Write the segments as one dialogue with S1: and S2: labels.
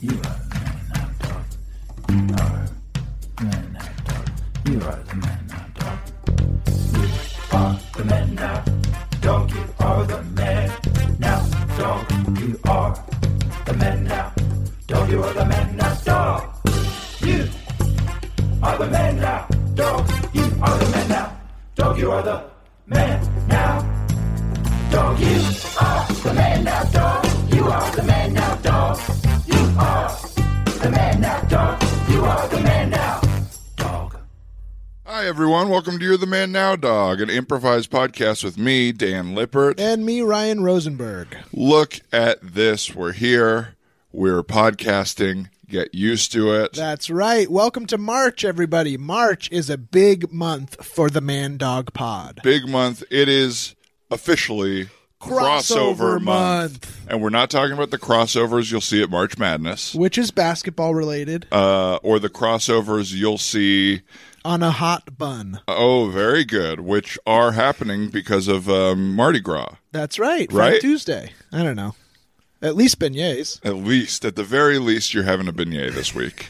S1: You are the man I talk. You are the man I talk. You are the man I talk. You are the man now. Dog, you are the man now. Dog, you are the man now. Dog, you are the man now. Dog, you are the man now. Dog, you are the man now. Dog, you are the man now. Dog, you are the man now. Dog, you are the man now. Dog, you are the man now. Dog, you are the man now. Dog.
S2: Hi, everyone. Welcome to You're the Man Now Dog, an improvised podcast with me, Dan Lippert.
S3: And me, Ryan Rosenberg.
S2: Look at this. We're here. We're podcasting. Get used to it.
S3: That's right. Welcome to March, everybody. March is a big month for the Man Dog Pod.
S2: Big month. It is officially crossover,
S3: Crossover
S2: month.
S3: month.
S2: And we're not talking about the crossovers you'll see at March Madness
S3: Which is basketball related
S2: uh, or the crossovers you'll see.
S3: on a hot bun.
S2: Oh, very good, which are happening because of um, Mardi Gras.
S3: That's right. Fat
S2: Right?
S3: Tuesday. I don't know. At least beignets.
S2: At least, at the very least, you're having a beignet this week.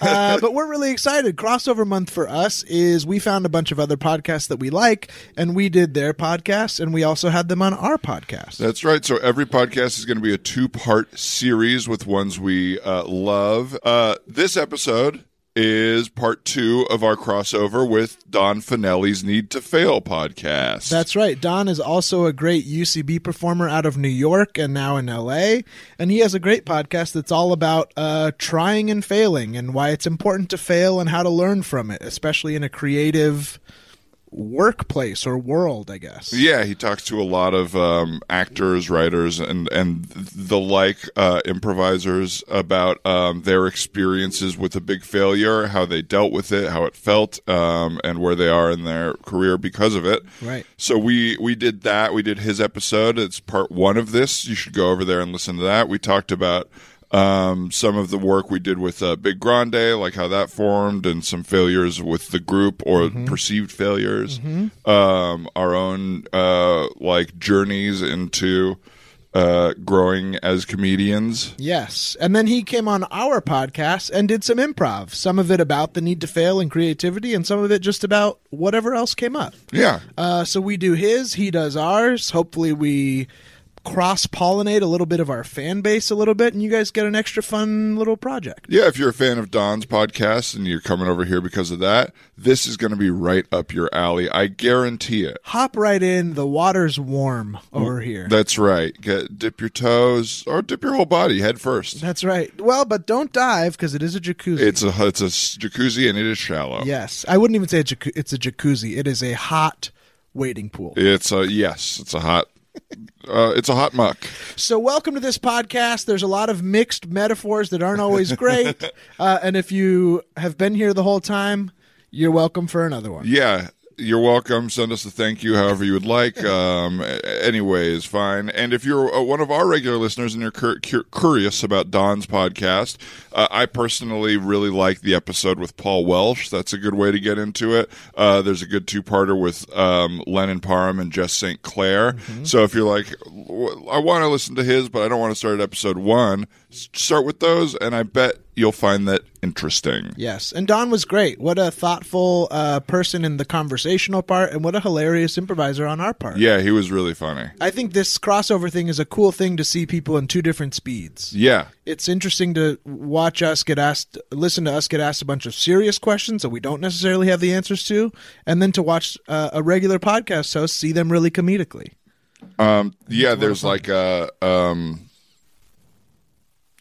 S3: Uh, but we're really excited. Crossover month for us is we found a bunch of other podcasts that we like, and we did their podcasts, and we also had them on our podcast.
S2: That's right. So every podcast is going to be a two part series with ones we uh, love. Uh, this episode is part two of our crossover with Don Finelli's Need to Fail podcast.
S3: That's right. Don is also a great UCB performer out of New York and now in LA. And he has a great podcast that's all about uh, trying and failing and why it's important to fail and how to learn from it, especially in a creative workplace or world, I guess.
S2: yeah, he talks to a lot of um, actors, writers, and and the like, uh, improvisers about um, their experiences with a big failure, how they dealt with it, how it felt, um, and where they are in their career because of it.
S3: Right.
S2: So we we did that. We did his episode. It's part one of this. You should go over there and listen to that. We talked about um, some of the work we did with uh, Big Grande, like how that formed, and some failures with the group or perceived failures. Um, our own uh, like journeys into uh, growing as comedians.
S3: Yes. And then he came on our podcast and did some improv, some of it about the need to fail and creativity, and some of it just about whatever else came up.
S2: Yeah.
S3: Uh, so we do his, he does ours. Hopefully, we cross pollinate a little bit of our fan base a little bit, and you guys get an extra fun little project.
S2: Yeah, if you're a fan of Don's podcast and you're coming over here because of that, this is going to be right up your alley. I guarantee it.
S3: Hop right in. The water's warm over here.
S2: That's right. Get, dip your toes or dip your whole body head first.
S3: That's right. Well, but don't dive because it is a jacuzzi.
S2: It's a it's a s- jacuzzi and it is shallow.
S3: yes, I wouldn't even say a jacu- it's a jacuzzi. It is a hot wading pool.
S2: It's a yes. It's a hot. uh, it's a hot muck.
S3: So, welcome to this podcast. There's a lot of mixed metaphors that aren't always great, uh, and if you have been here the whole time, you're welcome for another one.
S2: Yeah. You're welcome. Send us a thank you however you would like. Um, a- anyways, fine. And if you're uh, one of our regular listeners and you're cur- cur- curious about Don's podcast, uh, I personally really like the episode with Paul Welsh. That's a good way to get into it. Uh, there's a good two parter with um, Lennon Parham and Jess St. Clair. So if you're like, "W- I want to listen to his, but I don't want to start at episode one, s- start with those, and I bet you'll find that interesting.
S3: Yes, and Don was great. What a thoughtful uh, person in the conversational part, and what a hilarious improviser on our part.
S2: Yeah, he was really funny.
S3: I think this crossover thing is a cool thing to see people in two different speeds.
S2: Yeah.
S3: It's interesting to watch us get asked, listen to us get asked a bunch of serious questions that we don't necessarily have the answers to, and then to watch uh, a regular podcast host see them really comedically.
S2: yeah there's like a um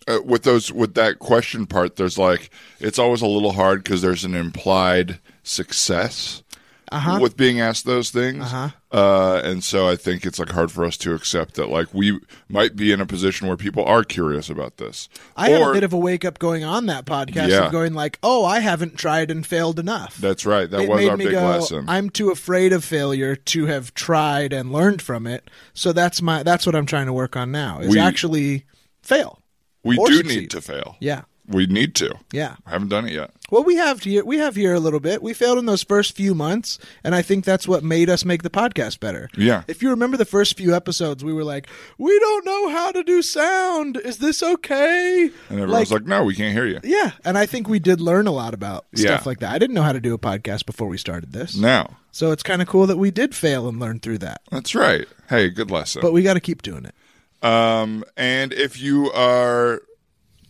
S2: uh, with those with that question part there's like it's always a little hard because there's an implied success
S3: Uh-huh.
S2: with being asked those things uh and so i think it's like hard for us to accept that like we might be in a position where people are curious about this
S3: I
S2: or
S3: had a bit of a wake up going on that podcast
S2: Yeah.
S3: of going like, "Oh, I haven't tried and failed enough."
S2: that's right that
S3: it
S2: was
S3: made
S2: our
S3: me
S2: big
S3: go,
S2: lesson
S3: I'm too afraid of failure to have tried and learned from it. So that's my that's what I'm trying to work on now is
S2: We-
S3: actually fail.
S2: we
S3: or
S2: do
S3: succeed.
S2: need to fail
S3: Yeah.
S2: we need to.
S3: Yeah.
S2: I haven't done it yet.
S3: Well, we have here we have here a little bit. We failed in those first few months, and I think that's what made us make the podcast better.
S2: Yeah.
S3: If you remember the first few episodes, we were like, "We don't know how to do sound. Is this okay?"
S2: And everyone's like, no, we can't hear you.
S3: "Yeah." And I think we did learn a lot about
S2: Yeah.
S3: stuff like that. I didn't know how to do a podcast before we started this,
S2: Now.
S3: so it's kind of cool that we did fail and learn through that.
S2: That's right. Hey, good lesson.
S3: But we got to keep doing it.
S2: Um, and if you are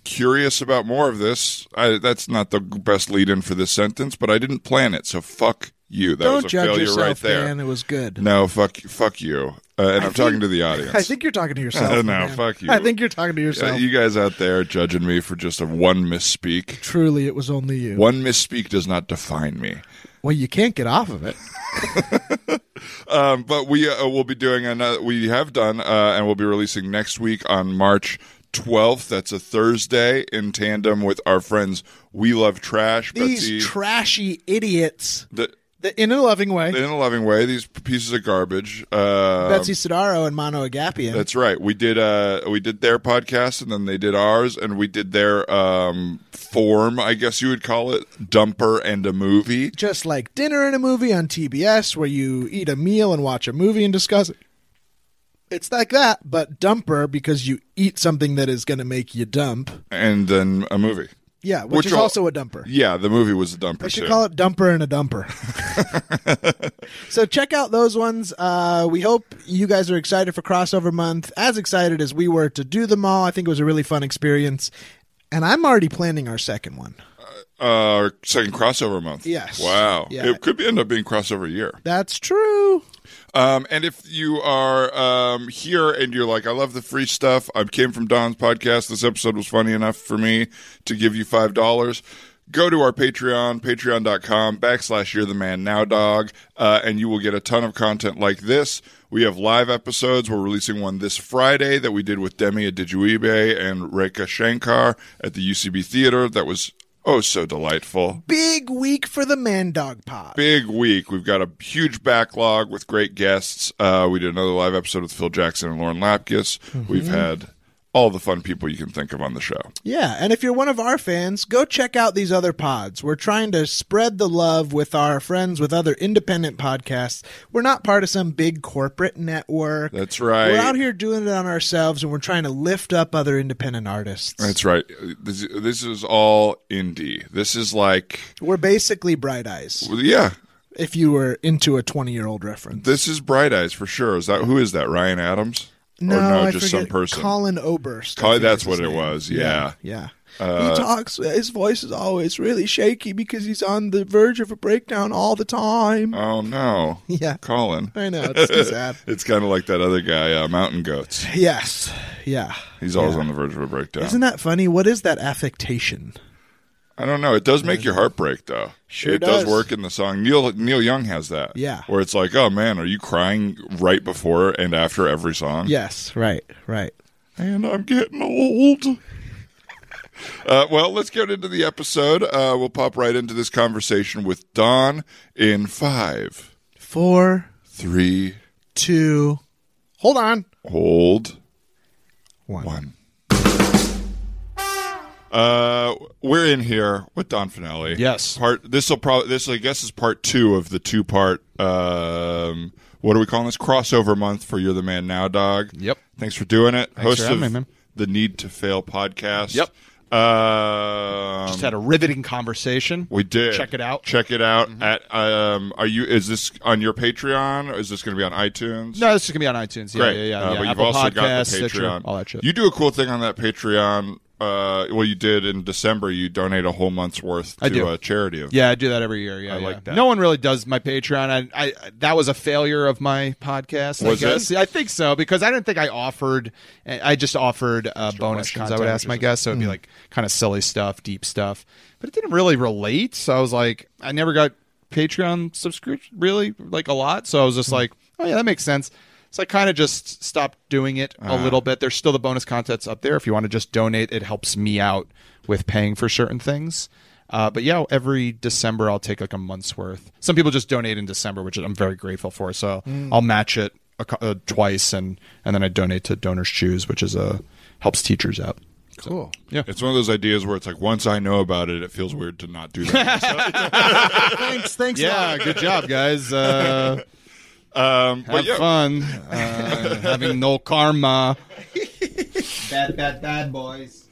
S2: curious about more of this, I, that's not the best lead in for this sentence, but I didn't plan it, so fuck you. That was
S3: don't
S2: a
S3: judge
S2: failure
S3: yourself,
S2: right there.
S3: man. It was good.
S2: No, fuck, you- fuck you. Uh, and I am talking to the audience.
S3: I think you're talking to yourself.
S2: No,
S3: man.
S2: fuck you.
S3: I think you're talking to
S2: Uh,
S3: yourself.
S2: you guys out there judging me for just a one misspeak.
S3: Truly, it was only you.
S2: One misspeak does not define me.
S3: Well, you can't get off of it.
S2: Um, but we uh, will be doing another. We have done, uh, and we'll be releasing next week on March. 12th, that's a Thursday, in tandem with our friends We Love Trash. Betsy,
S3: These trashy idiots.
S2: the,
S3: The, in a loving way.
S2: in a loving way, these pieces of garbage. Uh,
S3: Betsy Sidaro and Mono Agapian.
S2: That's right. We did uh we did their podcast and then they did ours and we did their um form, I guess you would call it, dumper and a movie.
S3: just like dinner and a movie on TBS, where you eat a meal and watch a movie and discuss it. It's like that, but dumper because you eat something that is going to make you dump.
S2: And then a movie.
S3: Yeah, which,
S2: Which
S3: is
S2: all-
S3: also a dumper.
S2: Yeah, the movie was a dumper
S3: I should
S2: too.
S3: call it Dumper and a Dumper. so check out those ones. Uh, we hope you guys are excited for crossover month, as excited as we were to do them all. I think it was a really fun experience, and I'm already planning our second one.
S2: uh our second crossover month.
S3: Yes.
S2: Wow.
S3: Yeah.
S2: It could be end up being crossover year.
S3: That's true.
S2: Um, and if you are um, here and you're like, I love the free stuff. I came from Don's podcast. This episode was funny enough for me to give you five dollars. Go to our Patreon, patreon.com backslash you're the man now dog, uh, and you will get a ton of content like this. We have live episodes. We're releasing one this Friday that we did with Demi Adijuibe and Rekha Shankar at the UCB Theater. That was oh so delightful
S3: Big week for the Man Dog Pod.
S2: big week. We've got a huge backlog with great guests. Uh, we did another live episode with Phil Jackson and Lauren Lapkus.
S3: Mm-hmm.
S2: We've had all the fun people you can think of on the show.
S3: Yeah, and if you're one of our fans, go check out these other pods. We're trying to spread the love with our friends with other independent podcasts. We're not part of some big corporate network.
S2: That's right.
S3: We're out here doing it on ourselves, and we're trying to lift up other independent artists.
S2: That's right. This, this is all indie. This is like,
S3: We're basically Bright Eyes,
S2: yeah,
S3: if you were into a 20 year old reference.
S2: this is Bright Eyes for sure. Is that who is that? Ryan Adams?
S3: no,
S2: or no,
S3: I
S2: just
S3: forget.
S2: some person.
S3: Colin Oberst. I
S2: Colin-
S3: think
S2: that's
S3: is
S2: what
S3: his
S2: it
S3: name.
S2: was, yeah. Uh,
S3: Yeah. he talks, his voice is always really shaky because he's on the verge of a breakdown all the time.
S2: oh no,
S3: Yeah.
S2: Colin.
S3: I know, it's too sad.
S2: It's kind of like that other guy, uh, Mountain Goats.
S3: Yes. Yeah.
S2: He's always on the verge of a breakdown.
S3: Isn't that funny? What is that affectation?
S2: I don't know. It does make your heart break, though.
S3: Sure
S2: it does.
S3: does.
S2: work in the song. Neil Neil Young has that.
S3: Yeah.
S2: where it's like, oh man, are you crying right before and after every song?
S3: Yes, right, right.
S2: and I'm getting old. Uh, well, let's get into the episode. Uh, we'll pop right into this conversation with Don in five,
S3: Four,
S2: three,
S3: two, hold on.
S2: hold
S3: One.
S2: one. Uh, we're in here with Don Finale.
S4: Yes.
S2: Part this will probably this I guess is part two of the two part. Um, what are we calling this crossover month for You're the Man Now, Dog?
S4: Yep.
S2: Thanks for doing it. Host
S4: having
S2: of
S4: me, man.
S2: the Need to Fail podcast.
S4: Yep.
S2: Um,
S4: Just had a riveting conversation.
S2: we did.
S4: Check it out. Mm-hmm.
S2: Check it out at um. Are you? Is this on your Patreon? Or is this going to be on iTunes?
S4: No, this is gonna be on iTunes. Yeah,
S2: Great.
S4: yeah, yeah.
S2: Uh,
S4: yeah.
S2: But
S4: Apple
S2: you've also got
S4: Podcasts,
S2: the Patreon.
S4: Stitcher, all that shit.
S2: You do a cool thing on that Patreon. Uh, well, you did in December. You donate a whole month's worth
S4: I do.
S2: to a charity. Of,
S4: yeah, I do that every year. Yeah,
S2: I
S4: yeah.
S2: like that.
S4: No one really does my Patreon. I, I that was a failure of my podcast.
S2: Was it?
S4: I guess. I think so because I didn't think I offered. I just offered uh, bonus
S2: questions,
S4: content. I would ask
S2: which
S4: my
S2: is- Hmm.
S4: guests, so it'd be like kind of silly stuff, deep stuff, but it didn't really relate. So I was like, I never got Patreon subscription really like a lot. So I was
S2: Hmm.
S4: just like, oh yeah, that makes sense. So I kind of just stopped doing it
S2: Uh-huh.
S4: a little bit. There's still the bonus contents up there. If you want to just donate, it helps me out with paying for certain things. Uh, but yeah, every December I'll take like a month's worth. Some people just donate in December, which I'm very grateful for. So I'll match it a, cou- uh, twice, and and then I donate to Donors Choose, which is a helps teachers out.
S3: Cool.
S2: It's one of those ideas where it's like once I know about it, it feels weird to not do that.
S3: Thanks. Thanks.
S4: Yeah,
S3: Lon.
S4: good job, guys. Uh,
S2: um,
S4: have
S2: but yeah,
S4: fun. Uh, having no karma.
S5: Bad, bad, bad boys.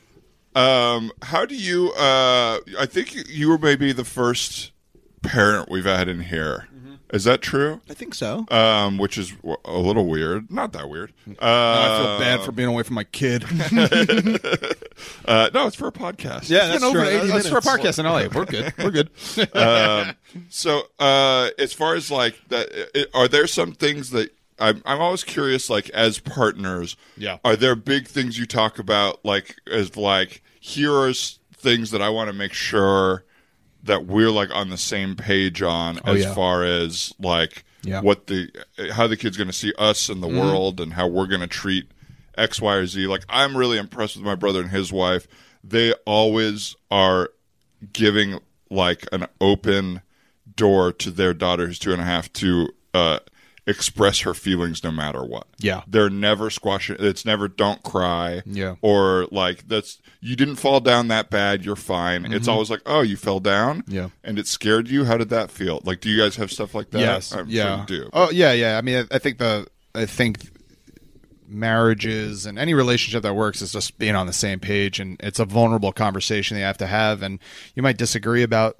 S2: Um, how do you? Uh, I think you were maybe the first parent we've had in here.
S4: Mm-hmm.
S2: Is that true?
S3: I think so.
S2: Um, which is w- a little weird. Not that weird. Uh,
S4: Mm. I feel bad for being away from my kid.
S2: uh, no, it's for a podcast.
S4: yeah,
S3: been over 80
S4: That's for a
S3: minutes.
S4: podcast in LA. We're good. We're good.
S2: um, so uh, as far as like that i- are there some things that I'm, I'm always curious like as partners
S4: Yeah.
S2: are there big things you talk about like as like here are s- things that i want to make sure that we're like on the same page on as
S4: Oh, yeah.
S2: far as like
S4: Yeah. Mm-hmm.
S2: what the how the kid's going to see us and the world and how we're going to treat x y or z like i'm really impressed with my brother and his wife they always are giving like an open door to their daughter who's two and a half to uh, express her feelings no matter what.
S4: Yeah.
S2: They're never squashing it's never don't cry.
S4: Yeah.
S2: Or like that's you didn't fall down that bad, you're fine. It's always like, Oh, you fell down?
S4: Mm-hmm. Yeah.
S2: And it scared you? How did that feel? Like do you guys have stuff like that?
S4: yes.
S2: I'm
S4: yeah.
S2: sure you do.
S4: Oh yeah, yeah. I mean, I, I think the I think marriages and any relationship that works is just being on the same page, and it's a vulnerable conversation that you have to have, and you might disagree about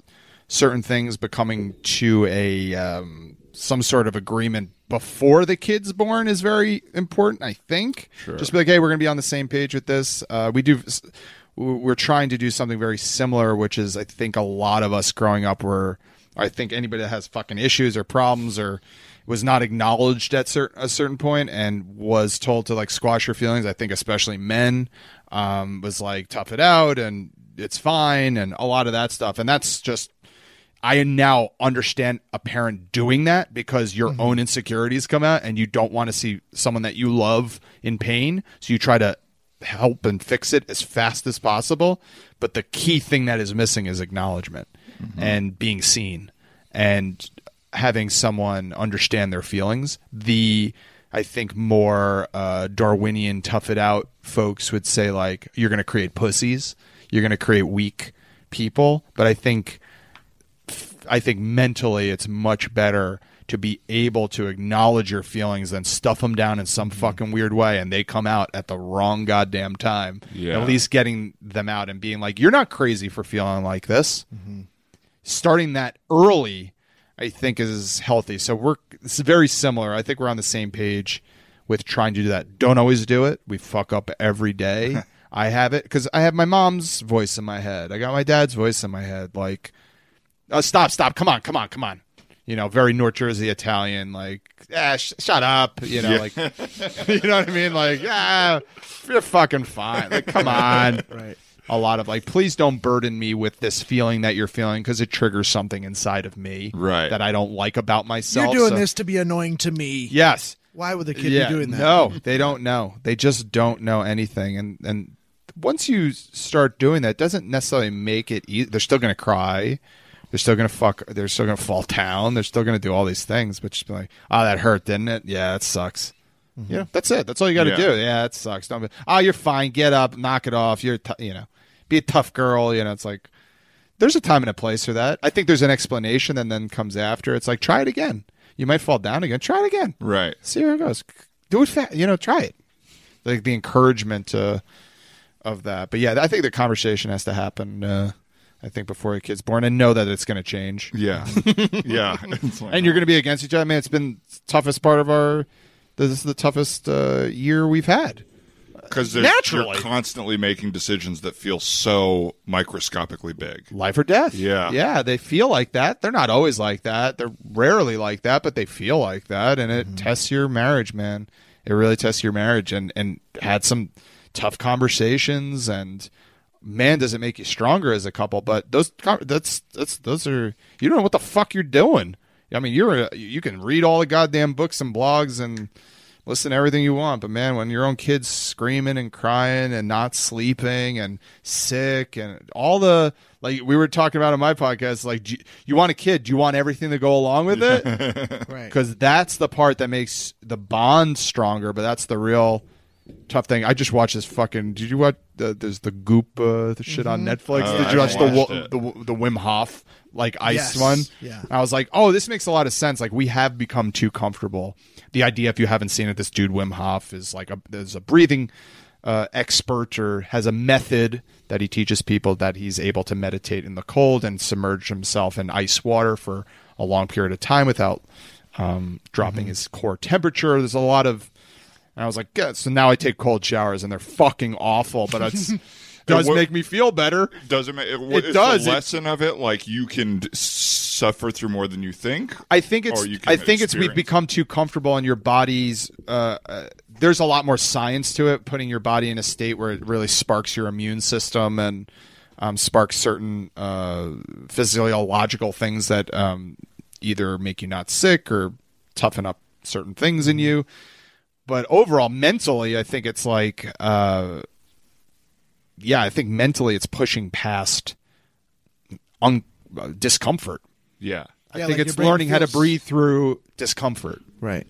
S4: certain things, but coming to a um, some sort of agreement before the kid's born is very important. I think. Sure. Just be like, hey, we're going to be on the same page with this. Uh, we do. We're trying to do something very similar, which is I think a lot of us growing up were I think anybody that has fucking issues or problems or was not acknowledged at cer- a certain point and was told to like squash your feelings. I think especially men um, was like tough it out and it's fine and a lot of that stuff. And that's just I now understand a parent doing that because your own insecurities come out and you don't want to see someone that you love in pain. So you try to help and fix it as fast as possible. But the key thing that is missing is acknowledgment and being seen and having someone understand their feelings. The I think more uh, Darwinian tough it out folks would say like you're going to create pussies, you're going to create weak people. But I think I think mentally it's much better to be able to acknowledge your feelings than stuff them down in some fucking weird way and they come out at the wrong goddamn time.
S2: Yeah.
S4: At least getting them out and being like, you're not crazy for feeling like this. Starting that early, I think, is healthy. So we're it's very similar. I think we're on the same page with trying to do that. Don't always do it. We fuck up every day. I have it because I have my mom's voice in my head. I got my dad's voice in my head. Like, uh, stop, stop, come on, come on, come on. You know, very North Jersey Italian, like, ah, sh- shut up. You know,
S2: Yeah.
S4: like, you know what I mean? Like, ah, you're fucking fine. Like, come on.
S3: Right.
S4: A lot of like, please don't burden me with this feeling that you're feeling because it triggers something inside of me,
S2: Right.
S4: That I don't like about myself.
S3: You're doing
S4: So-
S3: this to be annoying to me.
S4: Yes.
S3: Why would the kid
S4: yeah.
S3: be doing that?
S4: No, they don't know. They just don't know anything. And and once you s- start doing that, it doesn't necessarily make it. easy. They're still going to cry. They're still going to fuck. They're still going to fall down. They're still going to do all these things. But just be like, oh, that hurt, didn't it? Yeah, that sucks.
S3: Mm-hmm.
S4: Yeah, that's it. That's all you got to
S2: Yeah.
S4: do. Yeah, that sucks. Don't. Be, oh, you're fine. Get up. Knock it off. You're, t- you know, be a tough girl. You know, it's like there's a time and a place for that. I think there's an explanation, and then comes after. It's like try it again. You might fall down again. Try it again.
S2: Right.
S4: See how it goes. Do it fast. You know, try it. Like the encouragement uh, of that. But yeah, I think the conversation has to happen. Uh, I think before a kid's born, and know that it's going to change.
S2: Yeah. yeah. It's like-
S4: And you're going to be against each other. I mean, it's been toughest part of our. This is the toughest uh, year we've had.
S2: because there's-
S4: Naturally.
S2: you're constantly making decisions that feel so microscopically big.
S4: Life or death.
S2: Yeah.
S4: yeah. They feel like that. They're not always like that. They're rarely like that, but they feel like that, and it tests your marriage, man. It really tests your marriage, and and had some tough conversations, and man, does it make you stronger as a couple. But those con- that's that's those are you don't know what the fuck you're doing. I mean, you're a, you can read all the goddamn books and blogs and listen to everything you want, but man, when your own kids screaming and crying and not sleeping and sick and all the like we were talking about in my podcast, like do you, you want a kid, do you want everything to go along with it?
S3: Right.
S4: Because that's the part that makes the bond stronger, but that's the real tough thing. I just watched this fucking. Did you watch? Uh, there's the Goop uh, the shit
S3: Mm-hmm.
S4: on Netflix.
S2: Oh,
S4: did
S2: I
S4: you watch the,
S2: watched
S4: Wo-
S2: it.
S4: the Wo- the Wim Hof like ice
S3: Yes,
S4: one?
S3: yeah.
S4: I was like, oh, this makes a lot of sense. Like we have become too comfortable. The idea, if you haven't seen it, this dude Wim Hof is like a is a breathing uh, expert or has a method that he teaches people that he's able to meditate in the cold and submerge himself in ice water for a long period of time without um, dropping his core temperature. There's a lot of and I was like, yeah, so now I take cold showers and they're fucking awful, but it's does
S2: It wo-
S4: make me feel better.
S2: Does it make it,
S4: It does.
S2: The
S4: It-
S2: lesson of it, like you can d- suffer through more than you think.
S4: I think it's
S2: Or you can
S4: I think it's we've
S2: experience.
S4: become too comfortable in your body's uh, uh, there's a lot more science to it putting your body in a state where it really sparks your immune system and um, sparks certain uh, physiological things that um, either make you not sick or toughen up certain things in you but overall mentally I think it's like uh, yeah I think mentally it's pushing past un- uh, discomfort
S2: Yeah.
S4: I
S3: Yeah,
S4: think
S3: like your
S4: it's
S3: brain
S4: learning how to
S3: feels-
S4: breathe through discomfort.
S3: Right.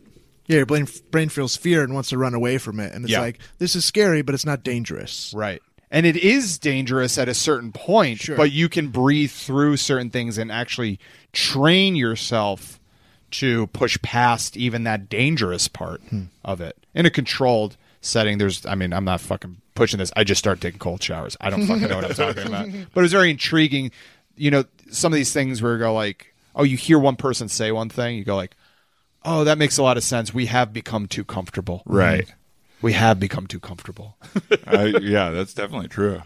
S3: Yeah, your brain, brain feels fear and wants to run away from it. And it's
S4: Yeah.
S3: like, this is scary, but it's not dangerous.
S4: Right. And it is dangerous at a certain point,
S3: Sure.
S4: but you can breathe through certain things and actually train yourself to push past even that dangerous part of it in a controlled setting. There's, I mean, I'm not fucking pushing this. I just start taking cold showers. I don't fucking know what I'm talking about. But it was very intriguing. You know, some of these things where you go like, oh, you hear one person say one thing, you go like, oh, that makes a lot of sense. We have become too comfortable.
S2: Right.
S4: We have become too comfortable.
S2: I, yeah, that's definitely true.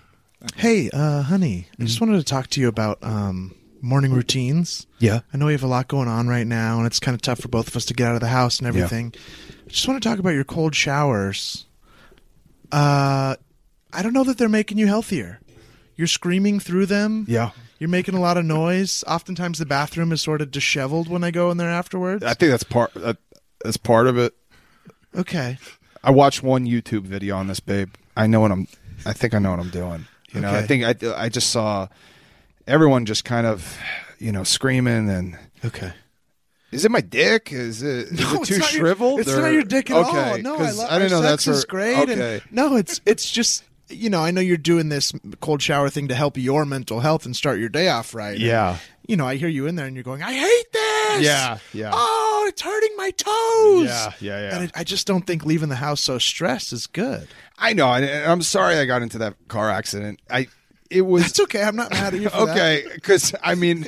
S3: Hey, uh, honey, I
S4: Mm-hmm.
S3: just wanted to talk to you about um, morning routines.
S4: Yeah.
S3: I know we have a lot going on right now, and it's kind of tough for both of us to get out of the house and everything. I just want to talk about your cold showers. Uh, I don't know that they're making you healthier. You're screaming through them.
S4: Yeah.
S3: You're making a lot of noise. Oftentimes, the bathroom is sort of disheveled when I go in there afterwards.
S4: I think that's part. That, that's part of it.
S3: okay.
S4: I watched one YouTube video on this, babe. I know what I'm. I think I know what I'm doing. You know, I
S3: Okay.
S4: think I. I just saw everyone just kind of, you know, screaming and.
S3: Okay.
S4: Is it my dick? Is it, is
S3: No,
S4: it
S3: it's
S4: too
S3: not your-
S4: shriveled?
S3: it's
S4: or-
S3: not your dick at
S4: okay,
S3: all. No, I
S4: 'cause
S3: love.
S4: I didn't know
S3: our
S4: that's
S3: sex is
S4: where-
S3: great. and-
S4: Okay.
S3: no, it's it's just you know I know you're doing this cold shower thing to help your mental health and start your day off right. And,
S4: Yeah.
S3: you know I hear you in there and you're going I hate this.
S4: Yeah, yeah.
S3: Oh, it's hurting my toes.
S4: Yeah, yeah, yeah.
S3: And I I just don't think leaving the house so stressed is good.
S4: I know, and, and I'm sorry I got into that car accident. I. It was
S3: It's okay. I'm not mad at you. For that. Um,
S4: okay because i mean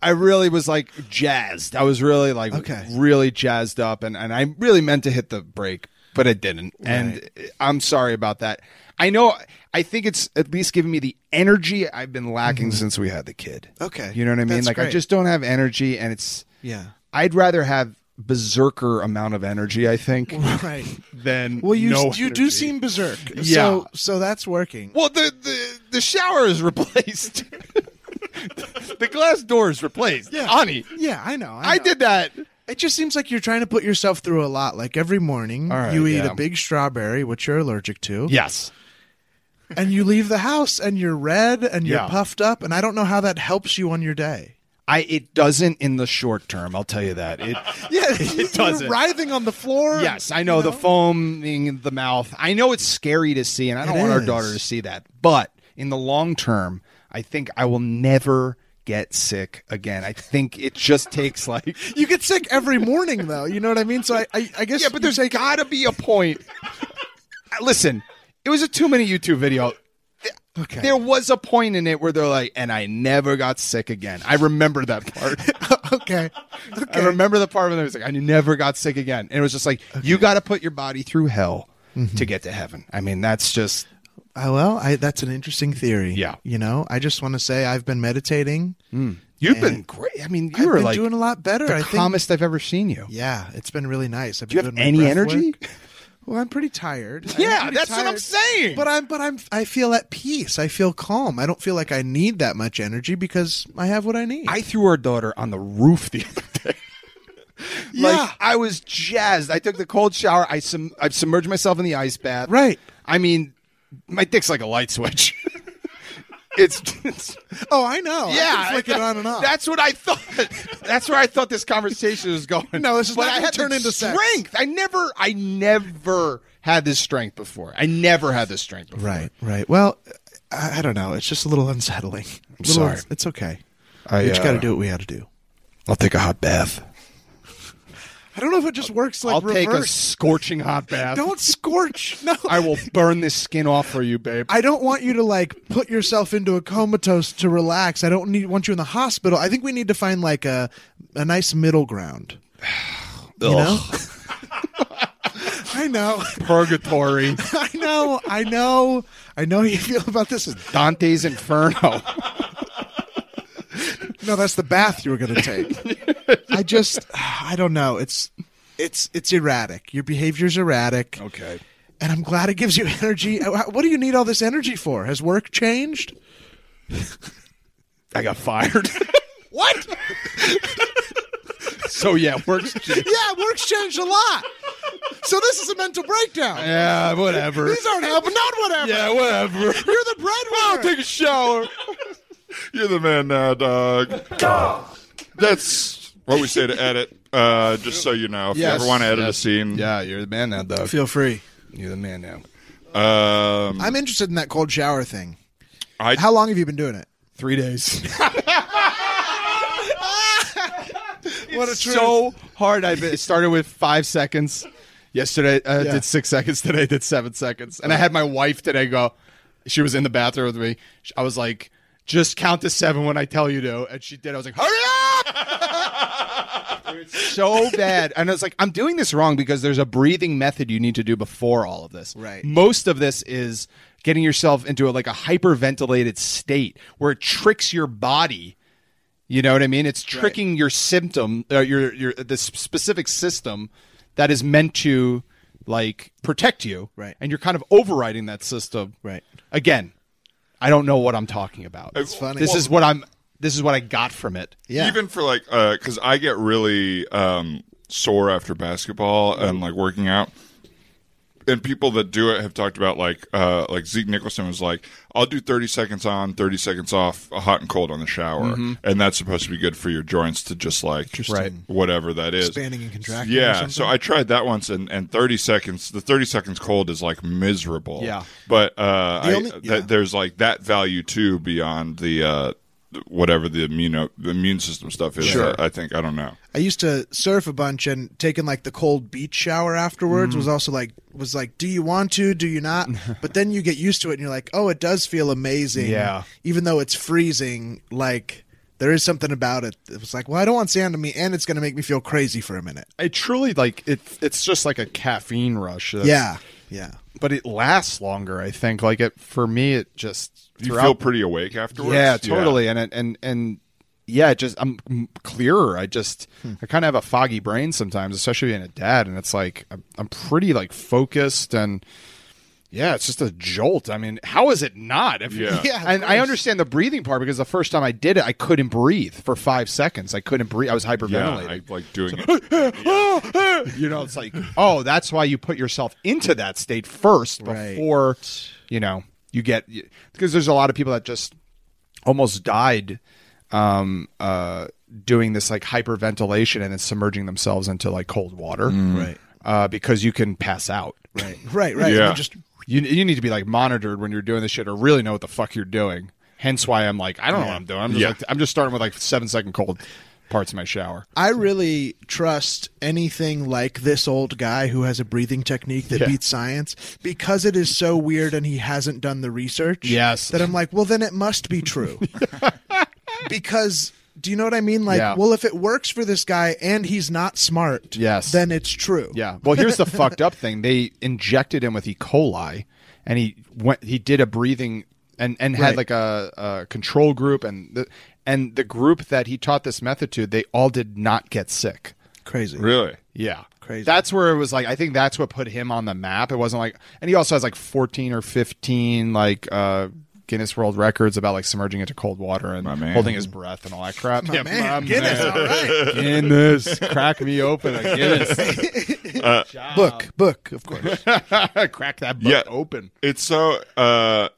S4: i really was like jazzed i was really like
S3: Okay.
S4: really jazzed up and, and i really meant to hit the brake but i didn't and uh, i'm sorry about that i know i think it's at least giving me the energy i've been lacking since we had the kid
S3: Mm-hmm. Okay.
S4: you know what i mean
S3: That's
S4: like i
S3: great.
S4: just don't have energy and it's
S3: Yeah.
S4: i'd rather have berserker amount of energy i think
S3: Right.
S4: than
S3: Well, you
S4: no
S3: you do
S4: energy.
S3: seem berserk.
S4: Yeah.
S3: So so that's working.
S4: Well, the the, the shower is replaced. the glass door is replaced. Yeah. Ani,
S3: Yeah, I know. I,
S4: I
S3: know.
S4: did that.
S3: It just seems like you're trying to put yourself through a lot. Like every morning,
S4: All right,
S3: you eat
S4: yeah.
S3: a big strawberry, which you're allergic to,
S4: Yes.
S3: and you leave the house and you're red and you're
S4: Yeah.
S3: puffed up. And I don't know how that helps you on your day.
S4: I it doesn't in the short term, I'll tell you that. It
S3: Yeah,
S4: doesn't.
S3: You're writhing on the floor.
S4: Yes, I know, the foaming in the mouth. I know it's scary to see and I don't
S3: It
S4: want our
S3: is.
S4: daughter to see that. But in the long term, I think I will never get sick again. I think it just takes like
S3: You get sick every morning, though. You know what I mean? So I, I, I guess.
S4: Yeah, but there's got to be a point. Listen, it was a two minute YouTube video. Th-
S3: Okay.
S4: There was a point in it where they're like, and I never got sick again. I remember that part.
S3: okay.
S4: I remember the part when they was like, I never got sick again. And it was just like, you got to put your body through hell
S3: Mm-hmm.
S4: to get to heaven. I mean, that's just,
S3: Uh, well, I, that's an interesting theory.
S4: Yeah.
S3: You know, I just want to say I've been meditating.
S4: you've been great. I mean, you
S3: I've
S4: were
S3: been
S4: like
S3: doing a lot better.
S4: the
S3: I think.
S4: calmest I've ever seen you.
S3: Yeah, it's been really nice. I've
S4: Do you
S3: been
S4: have
S3: doing my
S4: any
S3: breath
S4: energy?
S3: work. Well, I'm pretty tired. I'm
S4: Yeah,
S3: pretty
S4: that's what I'm saying.
S3: But I'm but I'm I feel at peace. I feel calm. I don't feel like I need that much energy because I have what I need.
S4: I threw our daughter on the roof the other day. like
S3: Yeah.
S4: I was jazzed. I took the cold shower. I sum- I submerged myself in the ice bath.
S3: Right.
S4: I mean, my dick's like a light switch. it's, it's
S3: oh, I know. I
S4: yeah.
S3: can flick it on and off.
S4: That's what I thought. That's where I thought this conversation was going.
S3: No, this is
S4: but
S3: not
S4: I
S3: gonna
S4: had
S3: turn
S4: the
S3: into sex.
S4: strength. I never. I never had this strength before. I never had this strength before.
S6: Right, right. Well, I, I don't know. It's just a little unsettling. I'm sorry. It's okay. I, we just uh, got to do what we got to do. I'll take a hot bath.
S3: I don't know if it just works like
S4: I'll take a
S3: reverse.
S4: scorching hot bath.
S3: don't scorch. No,
S4: I will burn this skin off for you, babe.
S3: I don't want you to like put yourself into a comatose to relax. I don't need want you in the hospital. I think we need to find like a a nice middle ground. You know? I know.
S4: Purgatory.
S3: I know. I know. I know how you feel about this.
S4: Dante's Inferno.
S3: No, that's the bath you were going to take. I just I don't know. It's it's it's erratic. Your behavior's erratic.
S2: Okay.
S3: And I'm glad it gives you energy. Uh, What do you need all this energy for? Has work changed?
S4: I got fired.
S3: What?
S4: so yeah, works.
S3: Yeah, work's changed a lot. So this is a mental breakdown.
S4: Yeah, whatever.
S3: These aren't helping. Not whatever.
S4: Yeah, whatever.
S3: You're the breadwinner.
S4: Take a shower.
S2: You're the man now, dog. That's what we say to edit. Uh, just so you know, if you
S4: Yes,
S2: ever want to edit
S4: yes.
S2: a scene,
S4: Yeah, you're the man now, Doug.
S3: Feel free.
S4: You're the man now.
S2: um,
S3: I'm interested in that cold shower thing.
S2: I-
S3: How long have you been doing it?
S4: Three days.
S3: What a
S4: so hard. I it started with five seconds. Yesterday I
S3: Yeah.
S4: did six seconds. Today I did seven seconds. And I had my wife today go. She was in the bathroom with me. Sh- I was like, just count to seven when I tell you to. And she did. I was like, hurry up! so bad. And I was like, I'm doing this wrong because there's a breathing method you need to do before all of this.
S3: Right.
S4: Most of this is getting yourself into a, like a hyperventilated state where it tricks your body you know what I mean? It's tricking your symptom, uh, your your the s- specific system that is meant to like protect you,
S3: Right.
S4: And you're kind of overriding that system,
S3: Right.
S4: Again, I don't know what I'm talking about. It's
S3: funny.
S4: This is what I'm. This is what I got from it.
S3: Yeah.
S2: Even for like, because I get really um, sore after basketball and like working out. And people that do it have talked about like uh, like Zeke Nicholson was like, I'll do thirty seconds on, thirty seconds off, uh, hot and cold on the shower,
S3: Mm-hmm.
S2: and that's supposed to be good for your joints to just like
S4: Right.
S2: whatever that is
S3: Expanding and contracting. or
S2: Yeah,
S3: something?
S2: so I tried that once, and, and thirty seconds. The thirty seconds cold is like miserable.
S4: Yeah.
S2: but uh,
S3: The
S2: I,
S3: only-
S2: th-
S3: yeah.
S2: there's like that value too beyond the uh, whatever the immuno, the immune system stuff is.
S4: Sure.
S2: I, I think I don't know.
S3: I used to surf a bunch and taking like the cold beach shower
S4: Mm.
S3: afterwards was also like was like do you want to do you not but then you get used to it and you're like oh it does feel amazing
S4: Yeah.
S3: even though it's freezing like there is something about it it was like well I don't want sand on me and it's going to make me feel crazy for a minute
S4: I truly like it. It's just like a caffeine rush. That's-
S3: yeah yeah
S4: but it lasts longer. I think. Like it for me, it just
S2: Do you
S4: throughout
S2: feel pretty awake afterwards?
S4: Yeah, totally. And it- and and yeah, it just I'm clearer. I just I kind of have a foggy brain sometimes, especially being a dad, and it's like I'm, I'm pretty like focused and yeah, it's just a jolt. I mean, how is it not? If-
S2: Yeah.
S3: Yeah, of
S4: and I
S3: course.
S4: understand the breathing part because the first time I did it, I couldn't breathe for five seconds. I couldn't breathe. I was
S2: Yeah,
S4: hyperventilating.
S2: I like doing it.
S4: you know, it's like oh, that's why you put yourself into that state first
S3: Right.
S4: before you know you get because there's a lot of people that just almost died um uh doing this like hyperventilation and then submerging themselves into like cold water
S3: Mm. right
S4: uh because you can pass out
S3: right right right
S2: Yeah.
S3: You just
S4: you you need to be like monitored when you're doing this shit or really know what the fuck you're doing hence why i'm like i don't know what i'm doing i'm just
S2: Yeah.
S4: like i'm just starting with like 7 second cold parts of my shower
S3: I really trust anything like this old guy who has a breathing technique that
S4: Yeah.
S3: beats science because it is so weird and he hasn't done the research.
S4: Yes.
S3: That I'm like, well, then it must be true. because do you know what I mean? Like,
S4: Yeah.
S3: well, if it works for this guy and he's not smart,
S4: Yes.
S3: then it's true.
S4: Yeah. Well, here's the fucked up thing. They injected him with E. coli, and he went. He did a breathing and and had
S3: Right.
S4: like a, a control group, and the and the group that he taught this method to, they all did not get sick.
S3: Crazy.
S2: really?
S4: Yeah.
S3: Crazy.
S4: That's where it was like I think that's what put him on the map. It wasn't like and he also has like 14 or 15 like uh Guinness World Records about like submerging into cold water and
S2: man.
S4: holding his breath and all that crap. yeah,
S3: man.
S4: my
S3: Guinness,
S4: man.
S3: all right.
S4: Guinness, crack me open a Guinness.
S3: Book, book, of course.
S4: crack that butt
S2: Uh, Yeah.
S4: open.
S2: It's so uh,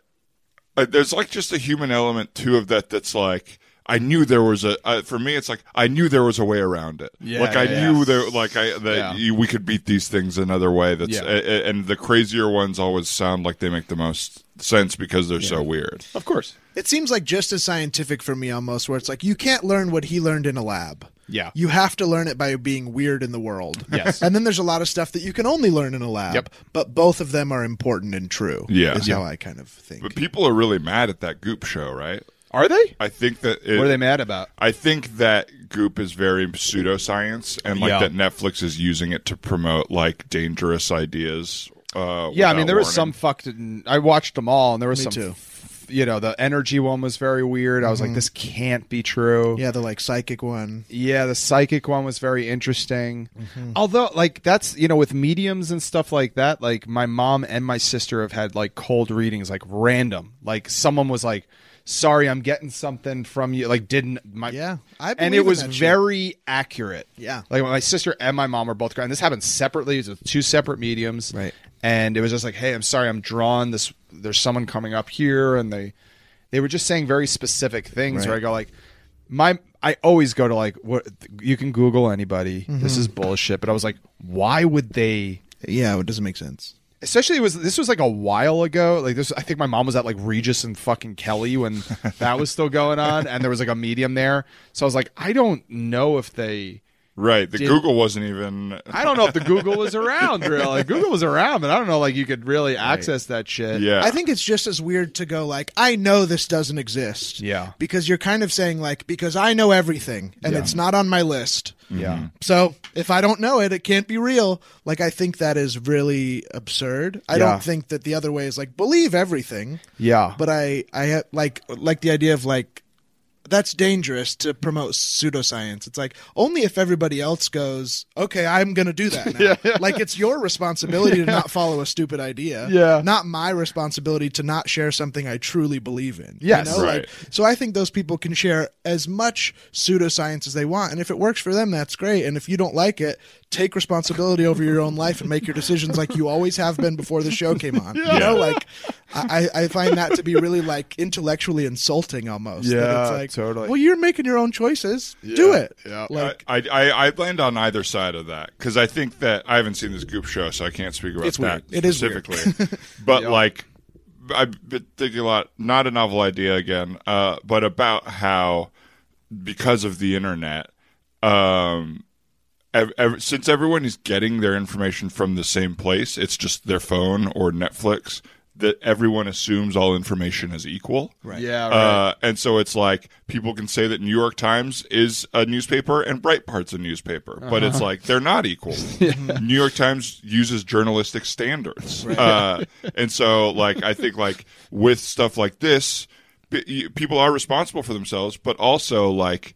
S2: uh, there's like just a human element too of that. That's like I knew there was a uh, for me it's like I knew there was a way around it.
S4: Yeah,
S2: like I
S4: yeah,
S2: knew
S4: yeah.
S2: there like I that
S4: Yeah.
S2: you, we could beat these things another way that's
S4: Yeah.
S2: a- a- and the crazier ones always sound like they make the most sense because they're so weird.
S4: Of course.
S3: It seems like just as scientific for me almost, where it's like you can't learn what he learned in a lab.
S4: Yeah.
S3: You have to learn it by being weird in the world.
S4: Yes.
S3: and then there's a lot of stuff that you can only learn in a lab.
S4: Yep.
S3: But both of them are important and true.
S2: Yeah.
S3: Is
S2: Yeah.
S3: how I kind of think.
S2: But people are really mad at that Goop show, right?
S4: Are they?
S2: I think that it,
S4: What are they mad about?
S2: I think that Goop is very pseudoscience, and like
S4: Yeah.
S2: that Netflix is using it to promote like dangerous ideas. Uh,
S4: Yeah, I mean
S2: without
S4: there was some
S2: warning.
S4: fucked. I watched them all, and there was
S3: Me
S4: some.
S3: too. Mm-hmm.
S4: f- You know, the energy one was very weird. I was like, this can't be true.
S3: yeah, the like psychic one.
S4: Yeah, the psychic one was very interesting.
S3: Mm-hmm.
S4: Although, like, that's, you know, with mediums and stuff like that, like, my mom and my sister have had, like, cold readings, like, random. Like, someone was like, sorry, I'm getting something from you. Like, didn't my.
S3: Yeah, I
S4: and
S3: believe
S4: it
S3: in
S4: was
S3: that shit.
S4: very accurate.
S3: Yeah.
S4: Like, my sister and my mom are both, and this happened separately. It was two separate mediums.
S3: Right.
S4: And it was just like, hey, I'm sorry, I'm drawn. This, there's someone coming up here. And they, they were just saying very specific things where I go, like, my I always go to like what you can Google anybody.
S3: Mm-hmm.
S4: This is bullshit. But I was like, why would they?
S3: Yeah, it doesn't make sense.
S4: Especially it was this was like a while ago. Like this, I think my mom was at like Regis and fucking Kelly when that was still going on, and there was like a medium there. So I was like, I don't know if they.
S2: right. The
S4: Did-
S2: Google wasn't even.
S4: I don't know if the Google was around. Really, Google was around, but I don't know like you could really access that shit.
S2: yeah,
S3: I think it's just as weird to go like, I know this doesn't exist.
S4: Yeah.
S3: Because you're kind of saying like, because I know everything and
S4: Yeah.
S3: it's not on my list.
S4: yeah.
S3: So if I don't know it, it can't be real. Like I think that is really absurd. I
S4: Yeah.
S3: don't think that the other way is like believe everything.
S4: Yeah.
S3: But I I ha- like like the idea of like that's dangerous to promote pseudoscience. It's like only if everybody else goes, okay, I'm going to do that now. Like it's your responsibility to not follow a stupid idea.
S4: Yeah.
S3: Not my responsibility to not share something I truly believe in.
S4: Yes.
S3: You know?
S2: Right.
S3: Like, so I think those people can share as much pseudoscience as they want. And if it works for them, that's great. And if you don't like it, take responsibility over your own life and make your decisions like you always have been before the show came on. You know, like I, I I find that to be really like intellectually insulting almost. That
S4: Yeah,
S3: it's like,
S4: totally.
S3: Well, you're making your own choices. Do it.
S4: yeah.
S3: Like
S2: I, I I land on either side of that because I think that I haven't seen this Goop show, so I can't speak about
S3: It's
S2: that
S3: weird. It is weird.
S2: specifically. but like, I've been thinking a lot. Not a novel idea again, uh, but about how because of the internet, um, ev- ev- since everyone is getting their information from the same place, it's just their phone or Netflix. That everyone assumes all information is equal, right?
S4: Yeah,
S2: Uh, and so it's like people can say that New York Times is a newspaper and Breitbart's a newspaper, but it's like they're not equal. New York Times uses journalistic standards, uh, and so like I think like with stuff like this, p- you- people are responsible for themselves, but also like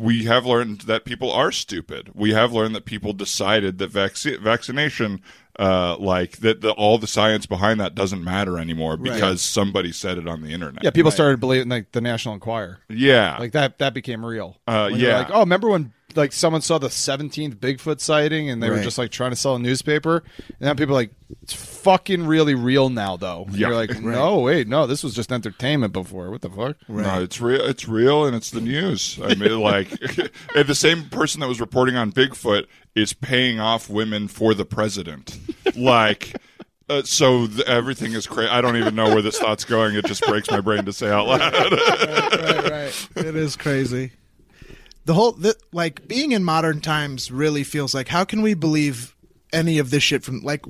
S2: we have learned that people are stupid. We have learned that people decided that vac- vaccination, uh, like that, the, all the science behind that doesn't matter anymore because somebody said it on the internet.
S4: Yeah, people started believing like the National Enquirer.
S2: yeah,
S4: like that that became real.
S2: Uh,
S4: When they were
S2: yeah.
S4: Like, oh, remember when like someone saw the 17th Bigfoot sighting and they were
S3: Right.
S4: just like trying to sell a newspaper, and now people are like it's fucking really real now though. And
S2: Yeah.
S4: You're like, no, wait, no, this was just entertainment before. What the fuck?
S2: No, it's real. It's real, and it's the news. I mean, like, and the same person that was reporting on Bigfoot is paying off women for the president. Like, uh, so th- everything is crazy. I don't even know where this thought's going. It just breaks my brain to say out loud.
S3: right, right. It is crazy. The whole the, like being in modern times really feels like how can we believe any of this shit from like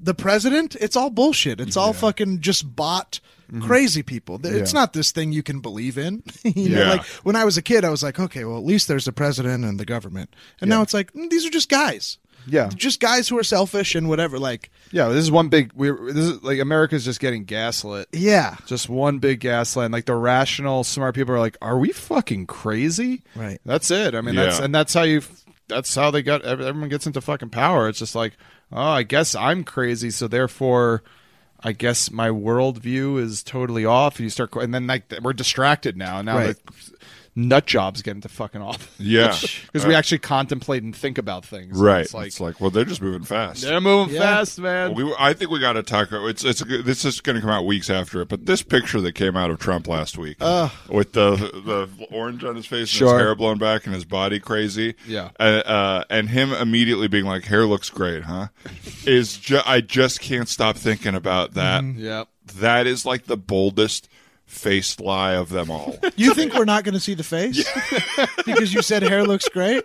S3: the president? It's all bullshit. It's all fucking just bought
S4: Mm-hmm.
S3: crazy people. Th- It's not this thing you can believe in. you know,
S2: Yeah.
S3: like when I was a kid, I was like, okay, well at least there's the president and the government, and now it's like mm, these are just guys.
S4: Yeah.
S3: just guys who are selfish and whatever. Like,
S4: Yeah, this is one big. We this is like America's just getting gaslit.
S3: yeah,
S4: Just one big gaslight. And, Like the rational, smart people are like, "Are we fucking crazy?"
S3: Right.
S4: That's it. I mean, that's
S2: Yeah.
S4: and that's how you. That's how they got ev- everyone gets into fucking power. It's just like, oh, I guess I'm crazy, so therefore, I guess my worldview is totally off. And you start, and then like we're distracted now. Now
S3: Right.
S4: like, nut jobs get into fucking office.
S2: Yeah.
S4: Because we actually contemplate and think about things.
S2: right.
S4: It's like,
S2: well, they're just moving fast.
S4: they're moving
S3: Yeah.
S4: fast, man.
S2: We, I think we got to talk. It's it's this is going to come out weeks after it, but this picture that came out of Trump last week with the the orange on his face, and
S4: Sure.
S2: his hair blown back, and his body crazy,
S4: Yeah.
S2: uh, uh, and him immediately being like, "Hair looks great, huh?" is ju- I just can't stop thinking about that.
S4: yeah.
S2: That is like the boldest faced lie of them all.
S3: You think we're not going to see the face because you said hair looks great?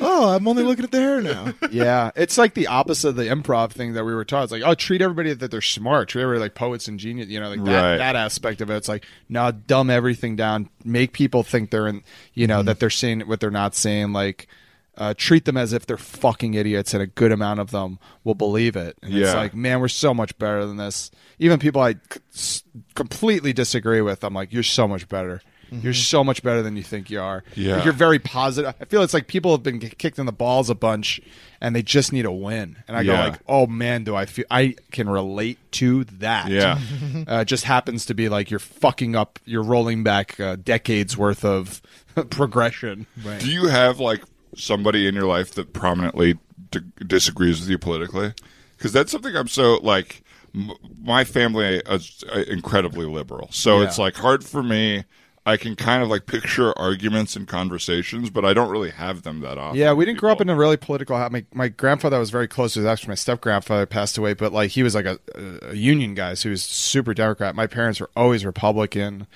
S3: Oh, I'm only looking at the hair now.
S4: yeah, it's like the opposite of the improv thing that we were taught. It's like, oh, treat everybody that they're smart, treat everybody like poets and genius. You know, like that,
S2: Right.
S4: that aspect of it. It's like, no, dumb everything down, make people think they're in, you know,
S2: Mm-hmm.
S4: that they're seeing what they're not seeing. Like, uh, treat them as if they're fucking idiots, and a good amount of them will believe it. And
S2: Yeah.
S4: it's like, man, we're so much better than this. Even people I c- s- completely disagree with, I'm like, you're so much better. You're so much better than you think you are.
S2: Mm-hmm. Yeah.
S4: Like, you're very positive. I feel it's like people have been get kicked in the balls a bunch, and they just need a win. And I
S2: Yeah.
S4: go like, oh man, do I feel I can relate to that?
S2: Yeah.
S4: uh, it just happens to be like you're fucking up. You're rolling back uh, decades worth of progression.
S2: Do you have like somebody in your life that prominently d- disagrees with you politically? Because that's something I'm so like. M- my family is uh, incredibly liberal, so
S4: Yeah.
S2: it's like hard for me. I can kind of like picture arguments and conversations, but I don't really have them that often.
S4: Yeah, we didn't grow up in a really political house. My, my grandfather was very close to his actually my step grandfather passed away, but like he was like a, a- a union guy, so he was super Democrat. My parents were always Republican,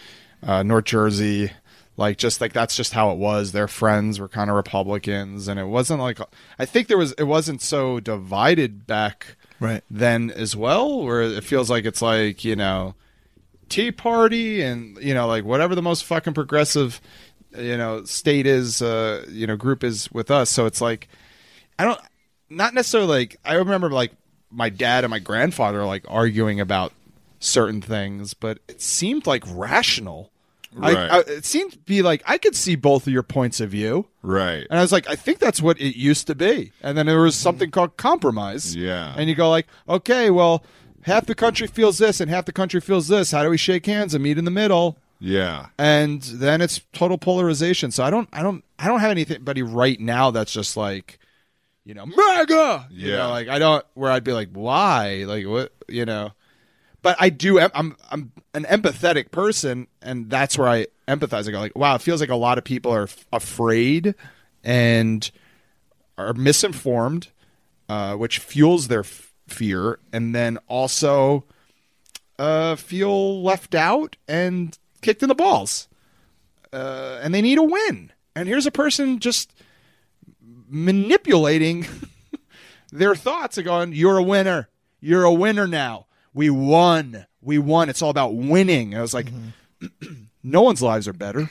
S4: uh, North Jersey, like just like that's just how it was. Their friends were kind of Republicans, and it wasn't like I think there was it wasn't so divided back
S3: Right.
S4: then as well, where it feels like it's like you know. Tea Party and you know like whatever the most fucking progressive you know state is uh you know group is with us so it's like I don't not necessarily like I remember like my dad and my grandfather like arguing about certain things but it seemed like rational like
S2: Right.
S4: I, it seemed to be like I could see both of your points of view
S2: right.
S4: and I was like, I think that's what it used to be. And then there was something called compromise.
S2: Yeah.
S4: And you go like, okay, well, half the country feels this and half the country feels this. How do we shake hands and meet in the middle?
S2: Yeah,
S4: And then it's total polarization. So I don't, I don't, I don't have anybody right now that's just like, you know, mega. You
S2: Yeah.
S4: know, like I don't where I'd be like, why? Like what? You know. But I do. em- I'm I'm an empathetic person, and that's where I empathize. I go like, wow, it feels like a lot of people are f- afraid and are misinformed, uh, which fuels their f- fear, and then also uh, feel left out and kicked in the balls, uh, and they need a win. And here's a person just manipulating their thoughts and going, "You're a winner. You're a winner now. We won. We won. It's all about winning." And I was like, "No one's lives are better.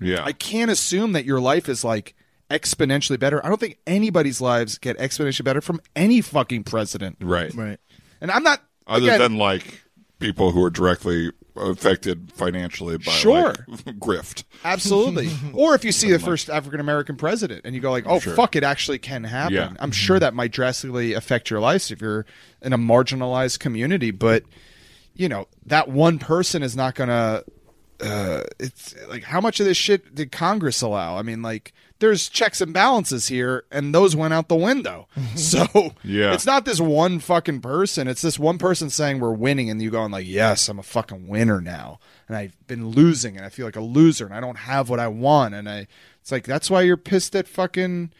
S2: yeah,
S4: I can't assume that your life is like exponentially better. I don't think anybody's lives get exponentially better from any fucking president.
S2: right.
S3: Right.
S4: And I'm not
S2: Other
S4: again,
S2: than like people who are directly affected financially by
S4: Sure.
S2: like, grift.
S4: Absolutely. or if you see the first African American president and you go like, "Oh
S2: Sure.
S4: fuck, it actually can happen."
S2: Yeah. Mm-hmm.
S4: I'm sure that might drastically affect your life if you're in a marginalized community, but you know, that one person is not going to uh it's like how much of this shit did Congress allow? I mean, like there's checks and balances here and those went out the window. so,
S2: Yeah.
S4: it's not this one fucking person. It's this one person saying we're winning and you going like, "Yes, I'm a fucking winner now." And I've been losing and I feel like a loser and I don't have what I want and I it's like that's why you're pissed at fucking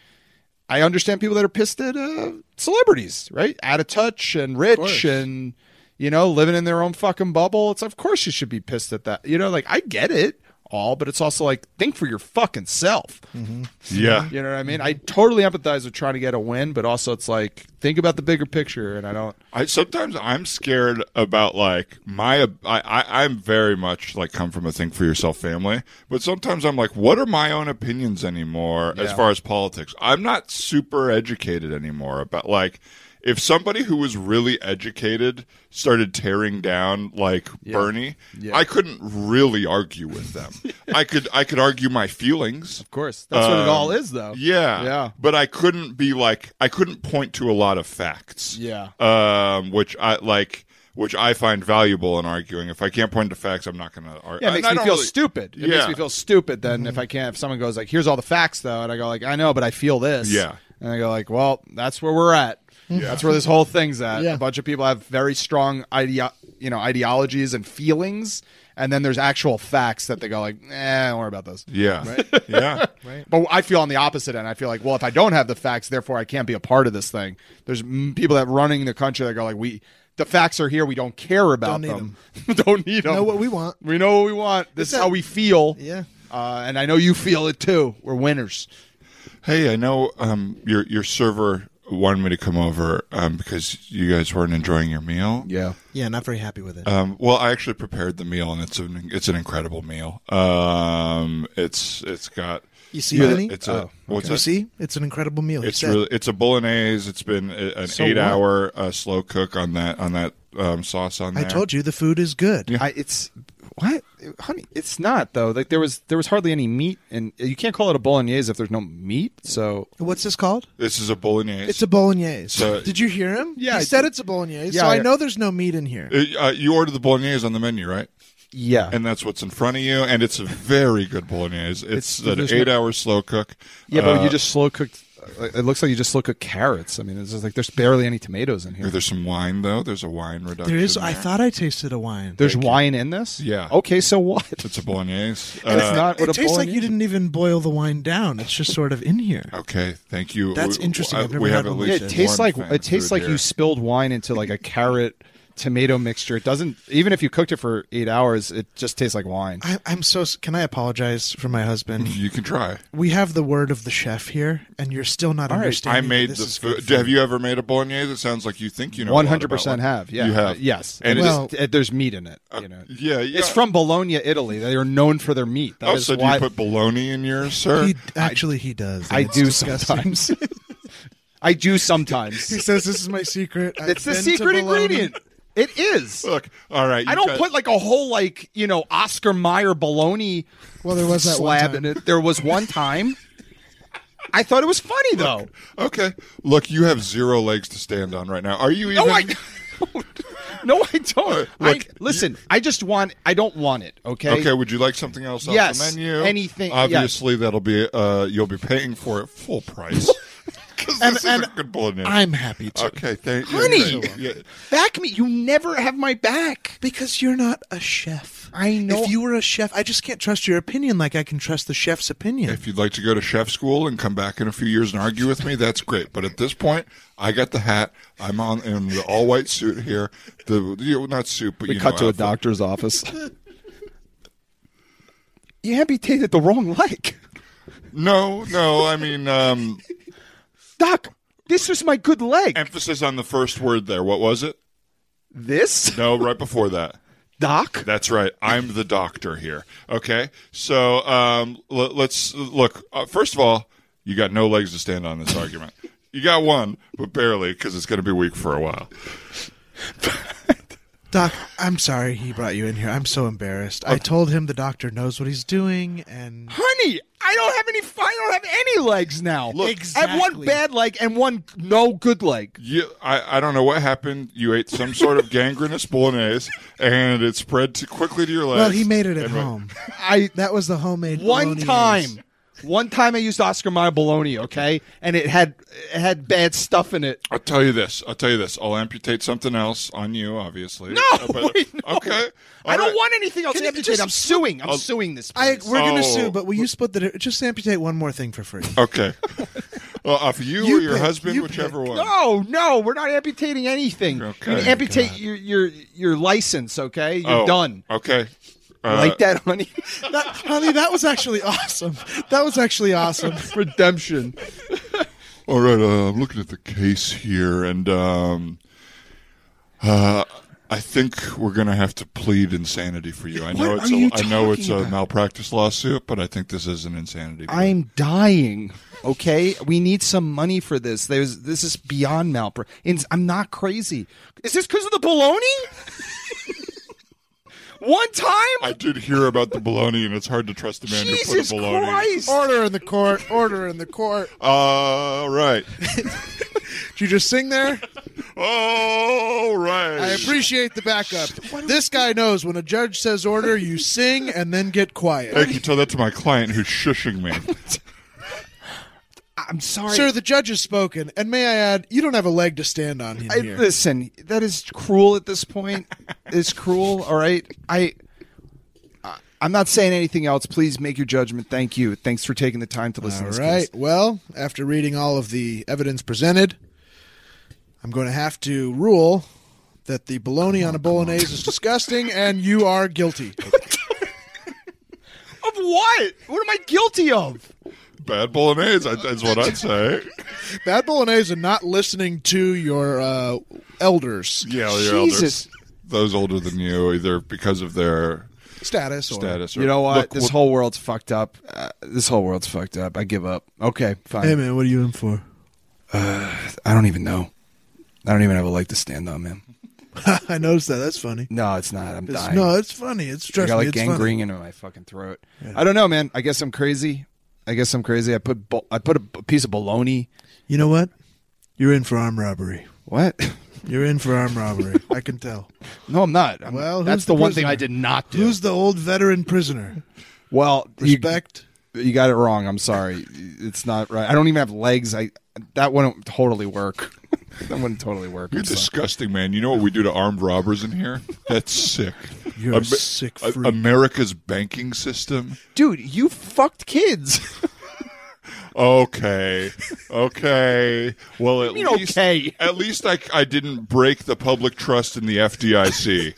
S4: I understand people that are pissed at uh, celebrities, right? Out of touch and rich and you know living in their own fucking bubble. It's of course you should be pissed at that. You know, like I get it all, but it's also like think for your fucking self.
S2: Yeah,
S4: You know what I mean? I totally empathize with trying to get a win, but also it's like think about the bigger picture. And I don't.
S2: I sometimes I'm scared about like my I, I I'm very much like come from a think for yourself family, but sometimes I'm like, what are my own opinions anymore as
S4: Yeah.
S2: far as politics? I'm not super educated anymore about like if somebody who was really educated started tearing down like Bernie,
S4: Yeah.
S2: I couldn't really argue with them. I could I could argue my feelings.
S4: Of course, that's what it
S2: Um,
S4: all is, though.
S2: Yeah.
S4: yeah,
S2: But I couldn't be like I couldn't point to a lot of facts.
S4: Yeah.
S2: Um which I like which I find valuable in arguing. If I can't point to facts, I'm not going to argue.
S4: Yeah, it makes
S2: I,
S4: me
S2: don't
S4: feel
S2: really-
S4: stupid. It
S2: Yeah. Mm-hmm.
S4: makes me feel stupid then if I can't. If someone goes like, "Here's all the facts," though, and I go like, "I know, but I feel this."
S2: Yeah.
S4: and I go like, "Well, that's where we're at. That's where this whole thing's at.
S3: Yeah.
S4: A bunch of people have very strong idea, you know, ideologies and feelings, and then there's actual facts that they go like, "Eh, don't worry about those."
S2: Yeah. Yeah.
S4: But I feel on the opposite end. I feel like, well, if I don't have the facts, therefore I can't be a part of this thing. There's mm, people that running the country that go like, we the facts are here. We don't care
S3: Don't
S4: about
S3: need
S4: them. don't need them.
S3: Know what we want.
S4: We know what we want. This is
S3: that-
S4: how we feel.
S3: Yeah.
S4: Uh, and I know you feel it too. We're winners.
S2: Hey, I know um, your your server wanted me to come over um, because you guys weren't enjoying your meal.
S4: Yeah.
S3: Yeah, not very happy
S4: Uh,
S3: with it.
S2: Um, well, I actually prepared the meal, and it's an it's an incredible meal. Um, it's it's got
S3: you see, Vinny?
S2: it's a
S4: Oh,
S2: what's
S3: you
S2: that?
S3: see? It's an incredible meal. he
S2: It's
S3: said.
S2: really it's a bolognese. It's been a- an
S4: So what?
S2: eight hour uh, slow cook on that on that um, sauce on
S3: I
S2: there.
S3: told you the food is good.
S4: I, it's what, honey? It's not though. Like there was there was hardly any meat, and you can't call it a bolognese if there's no meat. So
S3: What's this called?
S2: this is a bolognese.
S3: It's a bolognese.
S2: So-
S3: Did you hear him?
S4: Yeah,
S3: he
S4: I
S3: said
S4: did.
S3: it's a bolognese.
S4: Yeah,
S3: so I
S4: I-
S3: know there's no meat in here.
S2: uh, you ordered the bolognese on the menu, right?
S4: yeah,
S2: And that's what's in front of you, and it's a very good bolognese. It's,
S4: It's-
S2: an
S4: there's no-
S2: eight-hour slow cook.
S4: yeah. But
S2: Uh,
S4: you just slow cooked. uh, It looks like you just slow cooked carrots. I mean, it's just like there's barely any tomatoes in here.
S2: There's some wine though. There's a wine reduction.
S3: There is. I
S2: there.
S3: thought I tasted a wine.
S4: There's wine in this.
S2: Yeah.
S4: Okay. So what?
S2: it's a bolognese.
S4: And it's
S2: Uh,
S4: not
S3: it
S4: what a
S3: tastes like
S4: bolognese
S3: you didn't even boil the wine down. It's just sort of in here.
S2: Okay, thank you.
S3: That's
S2: We-
S3: interesting.
S2: uh,
S3: I've never
S2: we
S3: had
S2: have at
S3: one
S2: least
S4: Yeah, it tastes
S2: one
S4: like
S2: fan
S4: it tastes
S2: food
S4: like
S2: here.
S4: you spilled wine into like a carrot tomato mixture. It doesn't even if you cooked it for eight hours, it just tastes like wine.
S3: I, I'm so. s- Can I apologize for my husband?
S2: You can try.
S3: we have the word of the chef here, and you're still not
S2: I
S3: understanding. that
S2: made
S3: this
S2: the
S3: is
S2: food.
S3: good for
S2: Have
S3: me.
S2: you ever made a bolognese? It sounds like you think you know. a lot
S4: One
S2: about
S4: hundred percent
S2: one.
S4: have, yeah,
S2: you have,
S4: yes,
S2: and
S4: and
S2: it's-
S3: Well-
S4: there's meat in it. You know,
S2: yeah, yeah.
S4: it's from Bologna, Italy. They are known for their meat. That
S2: Oh,
S4: is
S2: so do
S4: why
S2: you put bologna in yours, sir?
S3: He, actually, he does. and
S4: I
S3: it's
S4: do
S3: disgusting.
S4: sometimes. I do
S3: He
S4: sometimes.
S3: says this is my secret. I've
S4: it's the
S3: been to
S4: secret
S3: Bologna."
S4: ingredient. It is.
S2: Look, all right.
S4: I
S2: you
S4: don't
S2: guys-
S4: put like a whole like you know Oscar Mayer bologna.
S3: Well, there was that one
S4: slab
S3: time.
S4: in it. There was one time. I thought it was funny though.
S2: Okay, look, you have zero legs to stand on right now. Are you even?
S4: No, I no, I don't.
S2: Look,
S4: I, listen, I just want. I don't want it. Okay.
S2: Okay, would you like something else off
S4: Yes,
S2: the menu?
S4: anything-
S2: Obviously, that'll be uh, you'll be paying for it full price. 'Cause
S3: And-
S2: this
S3: and
S2: is a good bolognese.
S3: I'm happy to
S2: okay, thank you.
S4: Honey,
S2: Yeah.
S4: back me. You never have my back.
S3: because you're not a chef.
S4: I know-
S3: If you were a chef, I just can't trust your opinion like I can trust the chef's opinion.
S2: If you'd like to go to chef school and come back in a few years and argue with me, that's great. But at this point, I got the hat. I'm on in the all white suit here. The you know, not suit, but you know, outfit.
S4: doctor's office. you amputated the wrong leg,
S2: No, no. I mean, um,
S4: Doc. This was my good leg.
S2: emphasis on the first word there. What was it?
S4: this,
S2: No, right before that.
S4: Doc.
S2: That's right. I'm the doctor here. Okay, so um, l- let's look. Uh, first of all, you got no legs to stand on this argument. You got one, but barely, because it's going to be weak for a while.
S3: Doc, I'm sorry he brought you in here. I'm so embarrassed. I told him the doctor knows what he's doing, and
S4: Honey, I don't have any. I don't have any legs now.
S2: Look-
S4: I have one
S3: Exactly.
S4: bad leg and one no good leg.
S2: You, I, I don't know what happened. You ate some sort of gangrenous bolognese, and it spread to quickly to your legs.
S3: well, he made it at
S2: And went-
S3: home.
S4: I
S3: That was the homemade
S4: one
S3: bolognese.
S4: time one time i used oscar mayer bologna okay and it had it had bad stuff in it
S2: I'll tell you this. I'll tell you this. I'll amputate something else on you, obviously.
S4: no,
S2: Uh, but-
S4: wait, no.
S2: Okay.
S4: i
S2: All
S4: don't
S2: right.
S4: want anything else
S3: Can you
S4: amputated
S3: just-
S4: i'm suing i'm suing this
S3: I
S4: place.
S3: we're gonna
S2: Oh.
S3: sue, but will you split the? Just amputate one more thing for free.
S2: Okay. well, off you,
S3: You
S2: or your
S3: pick.
S2: husband,
S3: You
S2: whichever one.
S4: no no we're not amputating anything
S2: Okay.
S4: you can amputate your, your your license okay you're
S2: Oh,
S4: done
S2: Okay. Uh,
S4: like that honey
S3: That- honey, that was actually awesome. That was actually awesome.
S4: redemption
S2: All right. Uh, I'm looking at the case here, and um, uh, I think we're gonna have to plead insanity for you. I know
S4: What
S2: it's
S4: are
S2: a,
S4: you
S2: I know it's
S4: talking
S2: a
S4: about?
S2: malpractice lawsuit, but I think this is an insanity. plea.
S4: i'm dying okay we need some money for this there's this is beyond malpra and i'm not crazy is this because of the bologna one time
S2: I did hear about the baloney, and it's hard to trust the man
S4: Jesus
S2: who put a baloney.
S4: Christ!
S3: Order in the court. Order in the court.
S2: All right.
S3: Did you just sing there?
S2: All right.
S3: I appreciate the backup. This guy knows when a judge says order, you sing and then get
S2: I
S3: quiet.
S2: can tell that to my client who's shushing me.
S4: I'm sorry.
S3: Sir, the judge has spoken, and may I add, you don't have a leg to stand on in
S4: I,
S3: here.
S4: listen, that is cruel at this point. it's cruel. All right, I, I- I'm not saying anything else. Please make your judgment. Thank you. Thanks for taking the time to listen.
S3: All
S4: to this
S3: right.
S4: case.
S3: Well, after reading all of the evidence presented, I'm going to have to rule that the bologna on a bolognese is disgusting, and you are guilty.
S4: Of what? What am I guilty of?
S2: Bad bolognese, I- that's what I'd say.
S3: Bad bolognese and not listening to your uh, elders'
S2: Yeah, your
S4: Jesus.
S2: elders. Those older than you, either because of their
S3: status. Or,
S2: status or
S4: You know what?
S2: Look,
S4: this
S2: wh-
S4: whole world's fucked up. Uh, this whole world's fucked up. I give up. Okay, fine.
S3: Hey man, what are you in for?
S4: I don't even know. I don't even have a leg to stand on, man.
S3: I noticed that. That's funny.
S4: No, it's not. I'm
S3: It's-
S4: dying.
S3: no, it's funny. It's
S4: I
S3: stressful.
S4: got like
S3: it's
S4: gangrene
S3: funny.
S4: into my fucking throat. I don't know, man. I guess I'm crazy. I guess I'm crazy. I put bo- I put a b- piece of bologna.
S3: You know what? You're in for armed robbery.
S4: What?
S3: You're in for armed robbery. I can tell.
S4: No, I'm not. I'm-
S3: Well, who's
S4: that's the,
S3: the
S4: one thing I
S3: prisoner?
S4: did not do.
S3: Who's the old veteran prisoner?
S4: well, you-
S3: Respect.
S4: You, got it wrong. I'm sorry. It's not right. I don't even have legs. I that wouldn't totally work. that wouldn't totally work.
S2: You're
S4: I'm sorry.
S2: disgusting, man. You know what we do to armed robbers in here? That's sick.
S3: You're a sick
S2: A-
S3: freak.
S2: America's banking system.
S4: Dude, you fucked kids.
S2: Okay, okay. Well, at
S4: You mean
S2: least
S4: okay?
S2: at least I, I didn't break the public trust in the FDIC.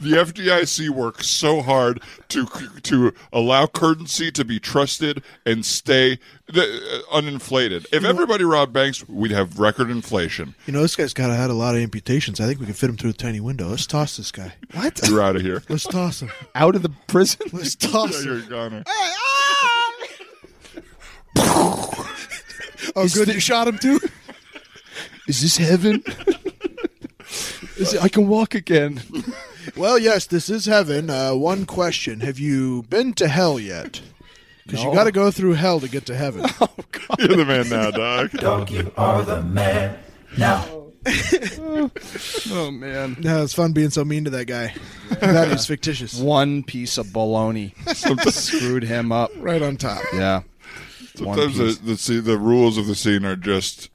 S2: the FDIC works so hard to to allow currency to be trusted and stay the, uh, uninflated. If everybody robbed banks, we'd have record inflation.
S3: You know, this guy's got had a lot of amputations. I think we can fit him through a tiny window. Let's toss this guy.
S4: what?
S2: You're out of here.
S3: Let's toss him.
S4: Out of the prison?
S3: Let's toss
S2: You're
S3: him.
S2: a goner.
S3: Oh, good. You shot him too.
S4: Is this heaven? Is it, I can walk again.
S3: Well, yes, this is heaven. Uh, one question: Have you been to hell yet? Because
S4: No.
S3: you got to go through hell to get to heaven.
S2: You're the man now, dog.
S1: Dog, you are the man. Now,
S4: Oh man.
S3: No, it's fun being so mean to that guy. that is fictitious.
S4: One piece of bologna screwed him up.
S3: Right on top.
S4: Yeah. One
S2: Sometimes
S4: piece.
S2: the, the, scene- the rules of the scene are just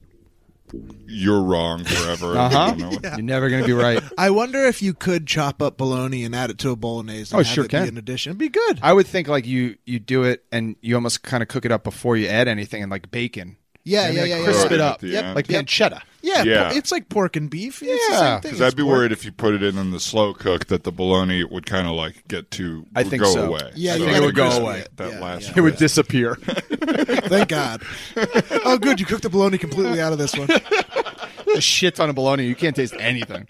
S2: you're wrong forever.
S4: Uh huh.
S2: You know?
S4: You're never gonna be right.
S3: I wonder if you could chop up bologna and add it to a bolognese. And
S4: Oh,
S3: have
S4: sure
S3: it
S4: can.
S3: Be an addition, It'd be good.
S4: I would think like you you do it and you almost kind of cook it up before you add anything and like bacon.
S3: Yeah,
S4: And
S3: yeah,
S4: like
S3: yeah,
S4: Crisp
S3: yeah.
S4: it
S2: Right
S4: up,
S2: at the Yep. end.
S4: like
S3: Yep.
S4: pancetta.
S3: yeah,
S2: Yeah.
S3: po- it's like pork and beef. Yeah,
S4: Yeah,
S3: it's the same
S2: Because
S3: thing.
S2: I'd be
S3: It's pork.
S2: worried if you put it in in the slow cook that the bologna would kind of like get to
S4: I
S2: would
S4: think
S2: go
S4: so.
S2: away.
S3: Yeah,
S2: So
S3: you
S2: I
S3: gotta
S2: think
S4: go
S2: it's
S4: away.
S2: That
S3: Yeah,
S2: last
S3: yeah.
S2: bit.
S4: disappear.
S3: Thank God. oh, good. You cooked the bologna completely out of this one.
S4: a shit ton of bologna. You can't taste anything.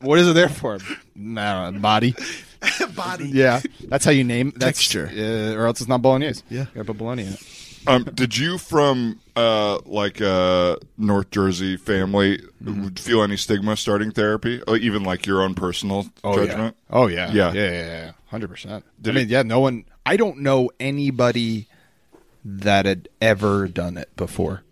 S4: What is it there for? Nah, body.
S3: Body.
S4: Yeah, that's how you name that's,
S3: Texture.
S4: uh, or else it's not bolognese.
S3: Yeah.
S4: you gotta put bologna in it.
S2: Um, did you from uh, like a North Jersey family
S4: Mm-hmm.
S2: would feel any stigma starting therapy, or even like your own personal judgment?
S4: yeah. Oh yeah.
S2: Yeah.
S4: Yeah. Yeah. Hundred percent. I
S2: Did
S4: mean,
S2: it-
S4: yeah. No one. I don't know anybody that had ever done it before.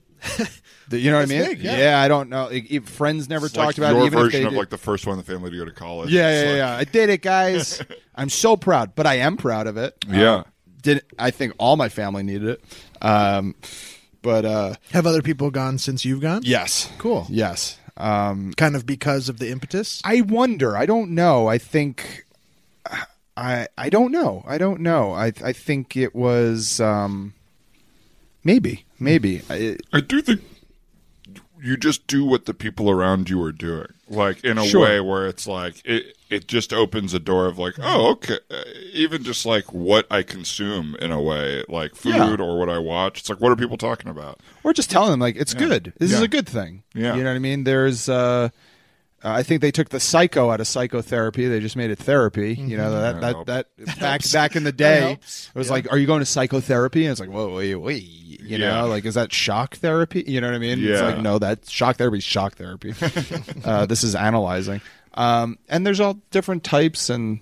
S4: The- you know what I mean?
S3: big, yeah.
S4: I don't know. Like, if friends never
S2: It's
S4: talked
S2: like
S4: about
S2: your
S4: it. Even if
S2: version
S4: they
S2: of
S4: did.
S2: like the first one in the family to go to college.
S4: yeah,
S2: It's
S4: yeah,
S2: like-
S4: yeah. I did it, guys. I'm so proud, but I am proud of it.
S2: Yeah.
S4: Um, did I think all my family needed it? Um, but uh,
S3: Have other people gone since you've gone?
S4: yes,
S3: Cool.
S4: yes. Um,
S3: Kind of because of the impetus.
S4: I wonder. I don't know. I think. I I don't know. I don't know. I I think it was um, maybe maybe. I,
S2: I do think you just do what the people around you are doing, like in a
S4: Sure.
S2: way where it's like it it just opens a door of like, oh, okay, Uh, even just like what I consume in a way, like food
S4: Yeah.
S2: or what I watch. It's like, what are people talking about?
S4: or just telling them like it's good. This is
S2: Yeah.
S4: a good thing.
S2: Yeah.
S4: you know what I mean. There's, uh, I think they took the psycho out of psychotherapy. They just made it therapy. You know that that
S2: Mm-hmm. helps.
S4: that, back back in the day,
S3: helps.
S4: it was like, are you going to psychotherapy? And it's like, whoa, wait, wait. You
S2: Yeah.
S4: know, like is that shock therapy? You know what I mean? It's
S2: Yeah.
S4: like no, that shock therapy is shock therapy. uh, this is analyzing. Um, and there's all different types and.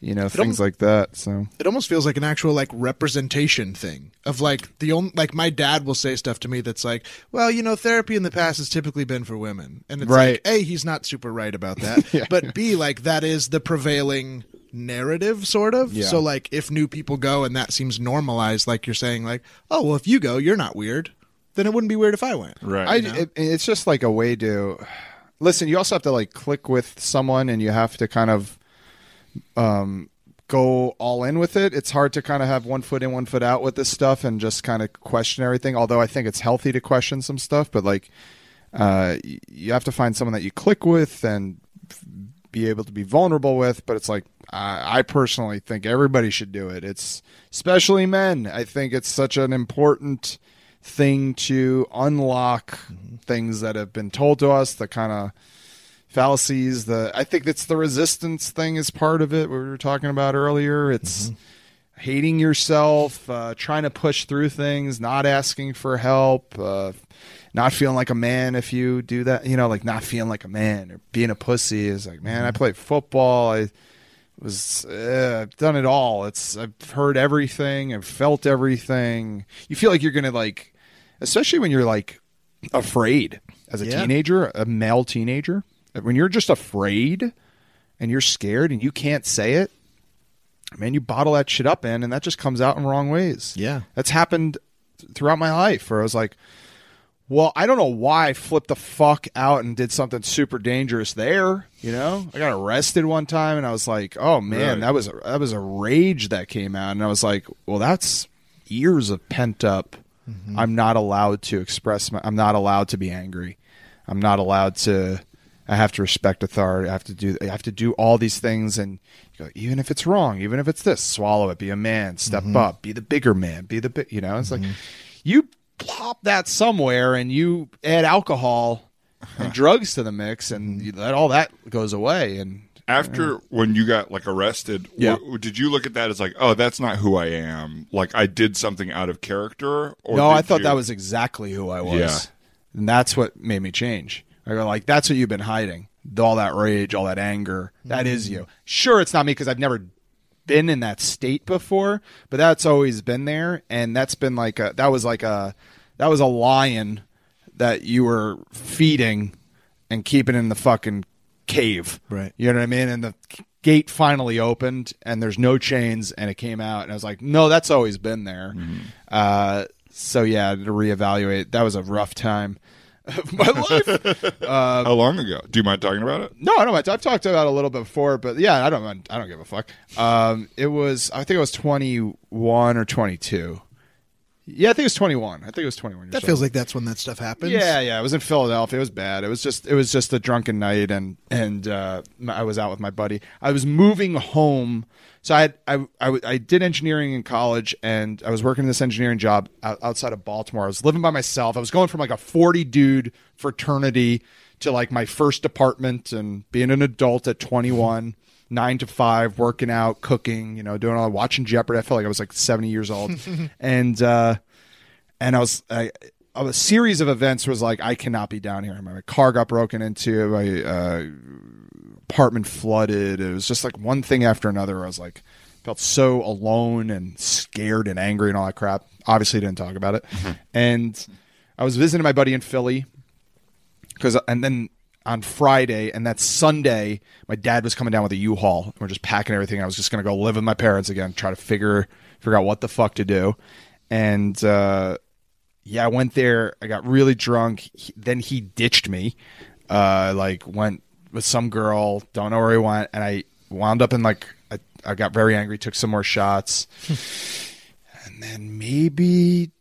S4: you know, things like that. So
S3: it almost feels like an actual like representation thing of like the only like my dad will say stuff to me that's like well you know therapy in the past has typically been for women and it's
S4: Right.
S3: like a he's not super right about that but b like that is the prevailing narrative sort of
S4: Yeah.
S3: so like if new people go and that seems normalized like you're saying like oh well if you go you're not weird then it wouldn't be weird if i went
S2: Right.
S4: I, it, it's just like a way to listen. You also have to like click with someone, and you have to kind of um, go all in with it. It's hard to kind of have one foot in, one foot out with this stuff, and just kind of question everything. Although I think it's healthy to question some stuff, but like uh, y- you have to find someone that you click with and f- be able to be vulnerable with. But it's like I, I personally think everybody should do it. It's especially men. I think it's such an important thing to unlock things that have been told to us. The kind of fallacies. The I think that's the resistance thing is part of it. We were talking about earlier. It's hating yourself, uh, trying to push through things, not asking for help, uh, not feeling like a man if you do that. You know, like not feeling like a man or being a pussy is like, man, I played football. I was uh, I've done it all. It's I've heard everything. I've felt everything. You feel like you're gonna like, especially when you're like afraid as a
S3: Yeah.
S4: teenager, a male teenager. When you're just afraid and you're scared and you can't say it, man, you bottle that shit up in, and that just comes out in wrong ways.
S3: Yeah.
S4: that's happened th- throughout my life, where I was like, well, I don't know why I flipped the fuck out and did something super dangerous there. You know, I got arrested one time, and I was like, oh
S2: Right.
S4: man, that was a, that was a rage that came out, and I was like, well, that's years of pent up. I'm not allowed to express my. I'm not allowed to be angry. I'm not allowed to. I have to respect authority. I have to do. I have to do all these things, and you go, even if it's wrong, even if it's this, swallow it. Be a man. Step up. Be the bigger man. Be the big. You know, it's like you plop that somewhere, and you add alcohol and drugs to the mix, and you let all that goes away. And
S2: After when you got like arrested,
S4: Yeah.
S2: wh- did you look at that as like, oh, that's not who I am? Like I did something out of character? Or
S4: no, I
S2: did
S4: thought
S2: you-
S4: that was exactly who I was.
S2: Yeah.
S4: And that's what made me change. I go like, that's what you've been hiding. All that rage, all that anger. That is you. Sure, it's not me because I've never been in that state before, but that's always been there, and that's been like a that was like a that was a lion that you were feeding and keeping in the fucking cave.
S3: Right.
S4: You know what I mean? And the gate finally opened, and there's no chains, and it came out, and I was like, no, that's always been there. Uh, so yeah, to reevaluate, that was a rough time of my life.
S2: How long ago? Do you mind talking about it?
S4: No, I don't. I've talked about it a little bit before, but yeah, I don't. I don't give a fuck. Um, it was. I think it was 21 or 22. Yeah, I think it was 21. I think it was 21.
S3: that feels like that's when that stuff happens
S4: Yeah, yeah. It was in Philadelphia. It was bad. It was just it was just a drunken night, and and uh, my- I was out with my buddy. I was moving home, so I had, I, I w- I did engineering in college, and I was working this engineering job out, outside of Baltimore. I was living by myself. I was going from like a forty dude fraternity to like my first apartment and being an adult at twenty one. Nine to five, working out, cooking, you know, doing all watching Jeopardy. I felt like I was like seventy years old, and uh, and I was I, a series of events was like I cannot be down here. My car got broken into, my uh, apartment flooded. It was just like one thing after another. I was like felt so alone and scared and angry and all that crap. Obviously, didn't talk about it. and I was visiting my buddy in Philly because and then on Friday and that Sunday, my dad was coming down with a U-Haul. And we're just packing everything. I was just gonna go live with my parents again, try to figure figure out what the fuck to do. And uh, yeah, I went there. I got really drunk. He, then he ditched me. Uh, like went with some girl. Don't know where he went, and I wound up in like I, I got very angry. Took some more shots, and then maybe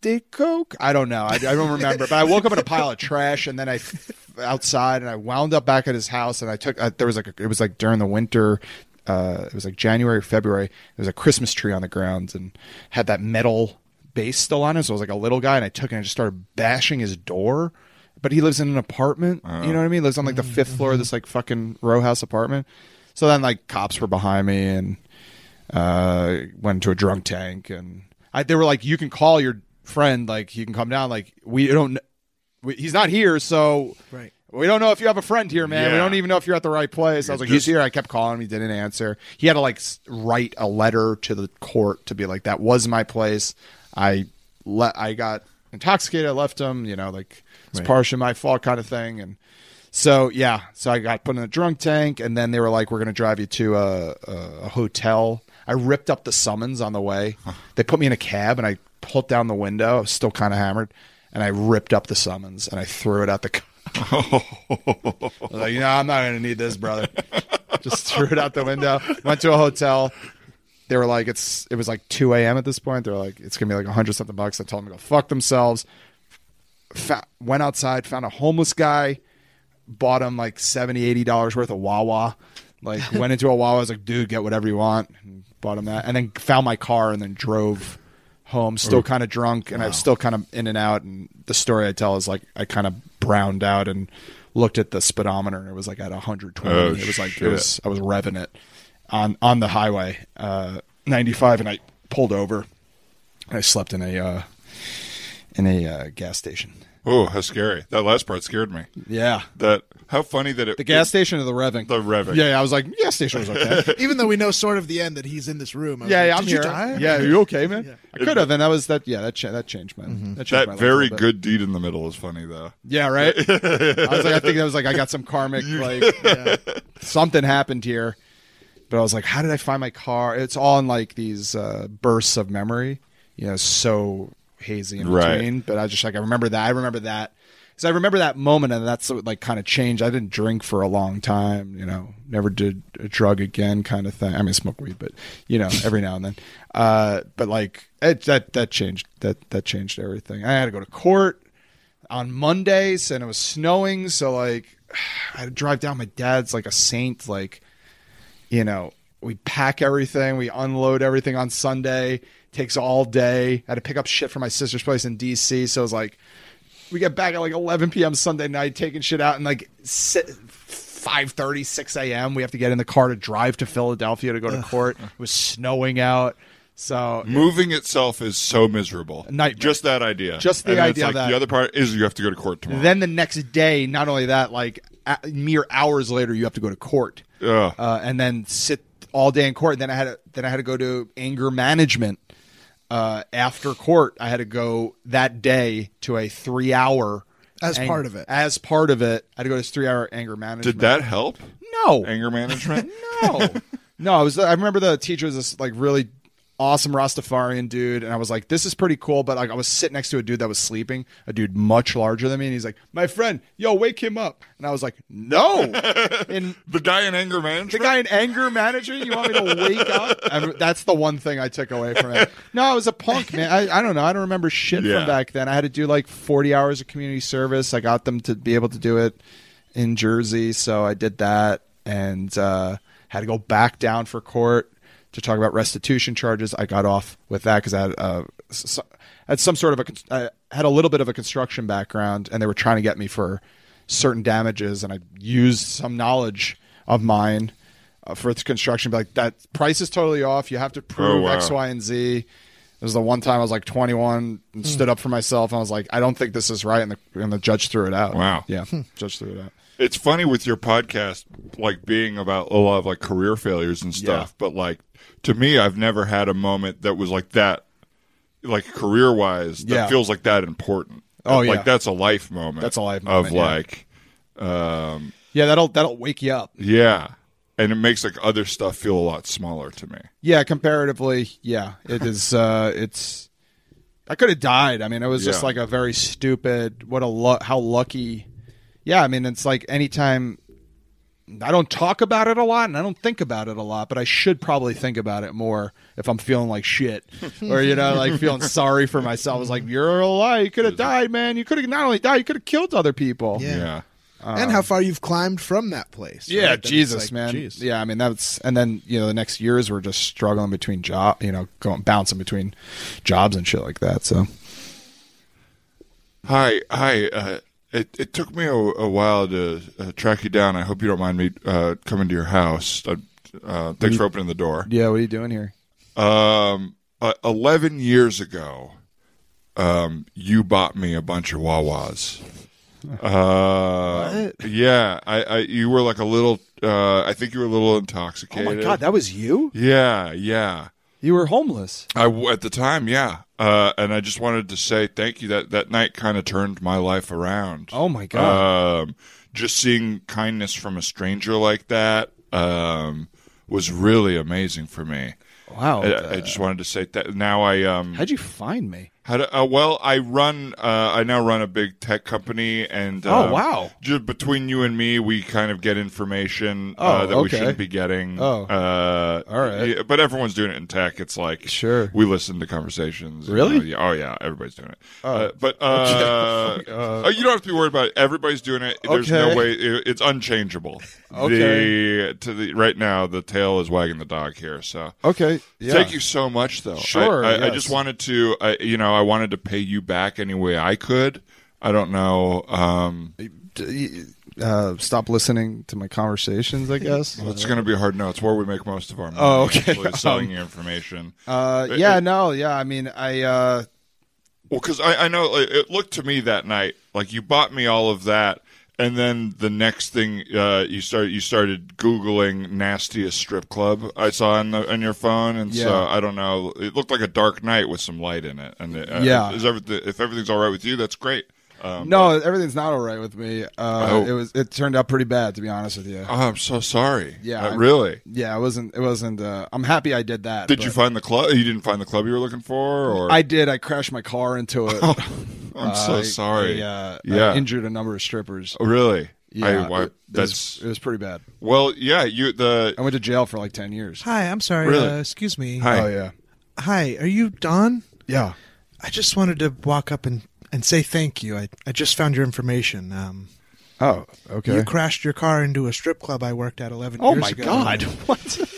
S4: did coke. I don't know. I, I don't remember. but I woke up in a pile of trash, and then I outside, and I wound up back at his house, and I took. I, there was like a, it was like during the winter. Uh, it was like January, or February. There was a Christmas tree on the ground, and had that metal base still on it. So I was like a little guy, and I took it and I just started bashing his door. But he lives in an apartment. You know what I mean? Lives on like the fifth floor of this like fucking row house apartment. So then like cops were behind me, and uh, went to a drunk tank, and I, they were like, "You can call your friend, like you can come down, like we don't, we, he's not here, so
S3: Right.
S4: well, we don't know if you have a friend here, man. We
S2: Yeah.
S4: don't even know if you're at the right place. I was like, he's here. I kept calling him. He didn't answer. He had to like s- write a letter to the court to be like, that was my place. I let I got intoxicated. I left him. You know, like it's partially my fault, kind of thing. And so yeah, so I got put in a drunk tank, and then they were like, we're gonna drive you to a, a, a hotel. I ripped up the summons on the way. They put me in a cab, and I pulled down the window. I was still kind of hammered, and I ripped up the summons and I threw it at the. cop. I was like, you know, I'm not going to need this, brother. Just threw it out the window. Went to a hotel. They were like, it's it was like 2 a.m. at this point. They're like, it's going to be like 100 something bucks. I told them to go fuck themselves. Fa- went outside, found a homeless guy, bought him like 70 80 dollars worth of Wawa. Like went into a Wawa. I was like, dude, get whatever you want. And bought him that, and then found my car and then drove home.
S2: Oh.
S4: Still kind of drunk, and I was still kind of in and out. And the story I tell is like I kind of browned out and looked at the speedometer, and it was like at 120.
S2: Oh,
S4: it was like
S2: shit.
S4: it was I was revving it on on the highway, uh, 95, and I pulled over. I slept in a uh, in a uh, gas station.
S2: Oh, how scary! That last part scared me.
S4: Yeah.
S2: That how funny that it
S4: The gas station or the revving?
S2: The revving.
S4: Yeah, yeah, I was like, gas station was okay.
S3: Even though we know sort of the end that he's in this room. I was
S4: yeah,
S3: like,
S4: yeah, I'm
S3: "Did
S4: here.
S3: you die?
S4: Yeah, are you okay, man? I could have, and that was that. Yeah, that cha- that changed, man. That, changed
S2: that
S4: my life a little
S2: very
S4: bit.
S2: good deed in the middle is funny though.
S4: Yeah, right. I was like, I think that was like I got some karmic like something happened here, but I was like, how did I find my car? It's all in like these uh, bursts of memory, you know, so hazy in
S2: Right.
S4: between. But I just like I remember that. I remember that because I remember that moment, and that's what like kind of changed. I didn't drink for a long time, you know, never did a drug again, kind of thing. I mean, I smoke weed, but you know, every now and then. Uh, but like it, that that changed that that changed everything. I had to go to court on Mondays and it was snowing, so like I had to drive down. My dad's like a saint, like you know, we pack everything, we unload everything on Sunday, takes all day. I had to pick up shit from my sister's place in DC, so it was like we get back at like 11 p.m. Sunday night, taking shit out, and like si 5:30, 6 a.m. We have to get in the car to drive to Philadelphia to go to court. It was snowing out, so
S2: Moving itself is so miserable.
S4: Nightmare.
S2: Just that idea.
S4: Just the
S2: And then it's
S4: idea
S2: like,
S4: that-
S2: the other part is you have to go to court tomorrow.
S4: Then the next day, not only that, like a- mere hours later, you have to go to court,
S2: Ugh.
S4: uh, and then sit all day in court. Then I had to, then I had to go to anger management uh, after court. I had to go that day to a three hour
S3: As part of it.
S4: As part of it, I had to go to this three hour anger management.
S2: Did that help?
S4: No,
S2: Anger management.
S4: no, no. I was. I remember the teacher was this like really awesome Rastafarian dude, and I was like, "This is pretty cool." But like, I was sitting next to a dude that was sleeping, a dude much larger than me, and he's like, "My friend, yo, wake him up." And I was like, "No." and
S2: the guy in anger
S4: the
S2: management.
S4: guy in anger manager, you want me to wake up? And that's the one thing I took away from it. No, I was a punk man. I, I don't know. I don't remember shit
S2: Yeah.
S4: from back then. I had to do like forty hours of community service. I got them to be able to do it in Jersey, so I did that and uh, had to go back down for court to talk about restitution charges. I got off with that because I had, uh, s- s- had some sort of a con- I had a little bit of a construction background, and they were trying to get me for certain damages, and I used some knowledge of mine uh, for the construction. Be like that price is totally off. You have to prove
S2: wow.
S4: X, Y, and Z. It was the one time I was like 21 and stood up for myself. And I was like, I don't think this is right, and the and the judge threw it out.
S2: Wow.
S4: Yeah, judge threw it out.
S2: It's funny with your podcast, like being about a lot of like career failures and stuff, but like to me, I've never had a moment that was like that, like career wise, that
S4: Yeah.
S2: feels like that important.
S4: Oh,
S2: like
S4: yeah.
S2: that's a life moment.
S4: That's a life
S2: of
S4: moment, yeah.
S2: like,
S4: Yeah, that'll that'll wake you up.
S2: yeah, and it makes like other stuff feel a lot smaller to me.
S4: Yeah, comparatively, yeah, it is. Uh, it's I could have died. I mean, it was just
S2: Yeah.
S4: like a very stupid. What a lu- how lucky. Yeah, I mean, it's like anytime I don't talk about it a lot and I don't think about it a lot, but I should probably think about it more if I'm feeling like shit or you know, like feeling sorry for myself. It's like you're alive. You could have died, man. You could have not only died, you could have killed other people.
S3: Yeah.
S2: Yeah,
S3: and how far you've climbed from that place.
S4: Um, Yeah,
S3: right? That it's
S4: Jesus,
S3: like,
S4: man.
S3: geez.
S4: Yeah, I mean that's and then you know the next years we're just struggling between job, you know, going bouncing between jobs and shit like that. So
S2: Hi, hi. Uh, it it took me a, a while to uh, track you down. I hope you don't mind me uh, coming to your house. Uh, uh, thanks for opening the door.
S4: yeah, what are you doing here?
S2: Um, uh, eleven years ago, um, you bought me a bunch of Wawas. Uh, yeah, I, I you were like a little. Uh, I think you were a little intoxicated.
S6: Oh my god, that was you?
S2: yeah, yeah.
S4: You were homeless.
S2: I w- at the time, yeah, uh, and I just wanted to say thank you. That that night kind of turned my life around.
S4: Oh my god.
S2: Um, just seeing kindness from a stranger like that um, was really amazing for me.
S4: wow.
S2: I, I just wanted to say that. Now I um,
S4: How'd you find me?
S2: how do, uh, well, I run. Uh, I now run a big tech company, and
S4: Oh,
S2: um,
S4: wow.
S2: ju- between you and me, we kind of get information uh,
S4: Oh,
S2: that we
S4: okay.
S2: shouldn't be getting.
S4: Oh.
S2: uh,
S4: All right.
S2: yeah, but everyone's doing it in tech. It's like
S4: Sure.
S2: we listen to conversations. you
S4: Really? Oh.
S2: know, yeah, oh yeah, everybody's doing it. Uh, but uh, oh, you don't have to be worried about it. Everybody's doing it. There's no
S4: Okay.
S2: way. it- it's unchangeable.
S4: Okay.
S2: The, to the right now, the tail is wagging the dog here. So
S4: Okay. Yeah.
S2: Thank you so much, though. I-
S4: Sure,
S2: I, I,
S4: yes.
S2: just wanted to, I, you know, I wanted to pay you back any way I could. I don't know. Um,
S4: Uh, stop listening to my conversations, I guess.
S2: it's going to be hard. No, it's where we make most of our money.
S4: Oh, okay.
S2: actually, selling your information.
S4: Uh, yeah, no, yeah. I mean, I uh,
S2: Well, because I, I know like, it looked to me that night like you bought me all of that, and then the next thing uh, you started you started googling nastiest strip club I saw on the, on your phone, and so
S4: Yeah.
S2: I don't know. It looked like a dark night with some light in it, and it, uh,
S4: Yeah.
S2: is everything, if everything's all right with you, that's great. Um,
S4: no, everything's not all right with me. Uh,
S2: Oh.
S4: It was it turned out pretty bad, to be honest with you.
S2: Oh, I'm so sorry.
S4: Yeah,
S2: Uh,
S4: I'm-
S2: really.
S4: yeah, it wasn't. It wasn't. Uh, I'm happy I did that.
S2: Did
S4: but
S2: you find the club? You didn't find the club you were looking for, or
S4: I did. I crashed my car into it.
S2: I'm so
S4: I-
S2: sorry.
S4: I, uh, I
S2: Yeah.
S4: injured a number of strippers.
S2: Oh, really?
S4: Yeah,
S2: I, why-
S4: it- it was,
S2: that's
S4: it was pretty bad.
S2: well, yeah. You the
S4: I went to jail for like ten years.
S3: Hi, I'm sorry.
S2: Really?
S3: Uh, excuse me.
S2: Hi.
S4: Oh yeah,
S3: Hi, are you Don?
S4: yeah.
S3: I just wanted to walk up and, and say thank you. I, I just found your information. Um,
S4: Oh okay.
S3: You crashed your car into a strip club I worked at 11
S4: oh
S3: years
S4: my
S3: ago.
S4: god, what?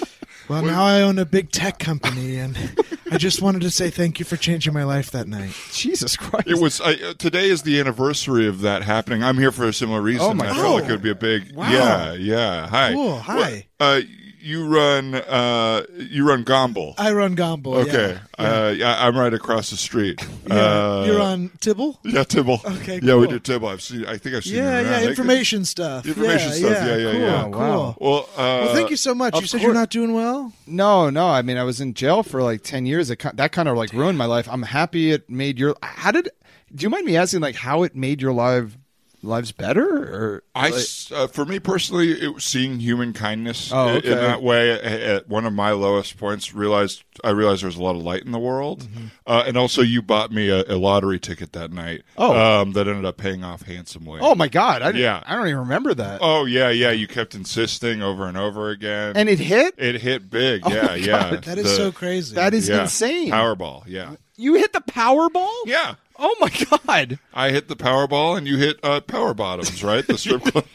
S3: Well, now I own a big tech company, and I just wanted to say thank you for changing my life that night.
S4: Jesus Christ!
S2: It was I, uh, today is the anniversary of that happening. I'm here for a similar reason.
S4: Oh, my
S2: I
S4: God.
S2: felt like it would be a big yeah yeah. Hi.
S3: Cool, hi.
S2: Well, uh, you run uh, you run Gomble.
S3: I run Gomble.
S2: okay.
S3: Yeah.
S2: Uh, yeah, I'm right across the street.
S3: Yeah.
S2: Uh,
S3: You're on Tibble?
S2: Yeah, Tibble.
S3: Okay,
S2: Yeah, we
S3: cool.
S2: do Tibble. I've seen. I think I've seen. you
S3: Yeah,
S2: around. I
S3: yeah,
S2: think-
S3: information stuff.
S2: Information stuff, yeah, yeah,
S3: cool,
S2: yeah.
S3: Cool.
S4: Wow.
S2: Well, uh,
S3: Well, thank you so much. You
S4: of
S3: said
S4: course.
S3: you're not doing well?
S4: No, no. I mean, I was in jail for like ten years. It, ki- that kind of like ruined my life. I'm happy it made your. How did? Do you mind me asking, like, how it made your life lives better? Or
S2: I, s- uh, for me personally, it was seeing human kindness
S4: Oh,
S2: i-
S4: okay.
S2: in that way at, at one of my lowest points, realized I realized there was a lot of light in the world, uh, and also you bought me a, a lottery ticket that night.
S4: Oh.
S2: um, that ended up paying off handsomely.
S4: oh my god, I didn't-
S2: Yeah.
S4: I don't even remember that.
S2: Oh, yeah, yeah. You kept insisting over and over again,
S4: and it hit.
S2: it hit big. yeah, yeah.
S3: That is
S2: The-
S3: so crazy.
S4: that is
S2: yeah.
S4: insane.
S2: Powerball. Yeah,
S4: you hit the Powerball.
S2: yeah.
S4: Oh my god.
S2: I hit the Powerball, and you hit uh, Power Bottoms, right? The strip club.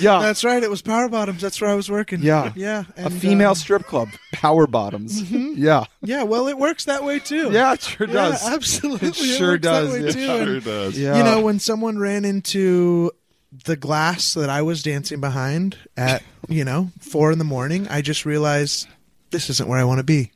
S4: Yeah.
S3: That's right. It was Power Bottoms. That's where I was working.
S4: yeah. uh,
S3: Yeah.
S4: a
S3: and,
S4: female
S3: um,
S4: strip club. Power bottoms. Yeah.
S3: yeah, well, it works that way, too.
S4: Yeah. It sure
S3: Yeah,
S4: does.
S3: absolutely.
S4: It sure
S3: works that
S4: does,
S3: way,
S4: yeah.
S3: too, and-
S2: sure does.
S4: Yeah.
S3: you know when someone ran into the glass that i was dancing behind at you know four in the morning i just realized this isn't where i want to be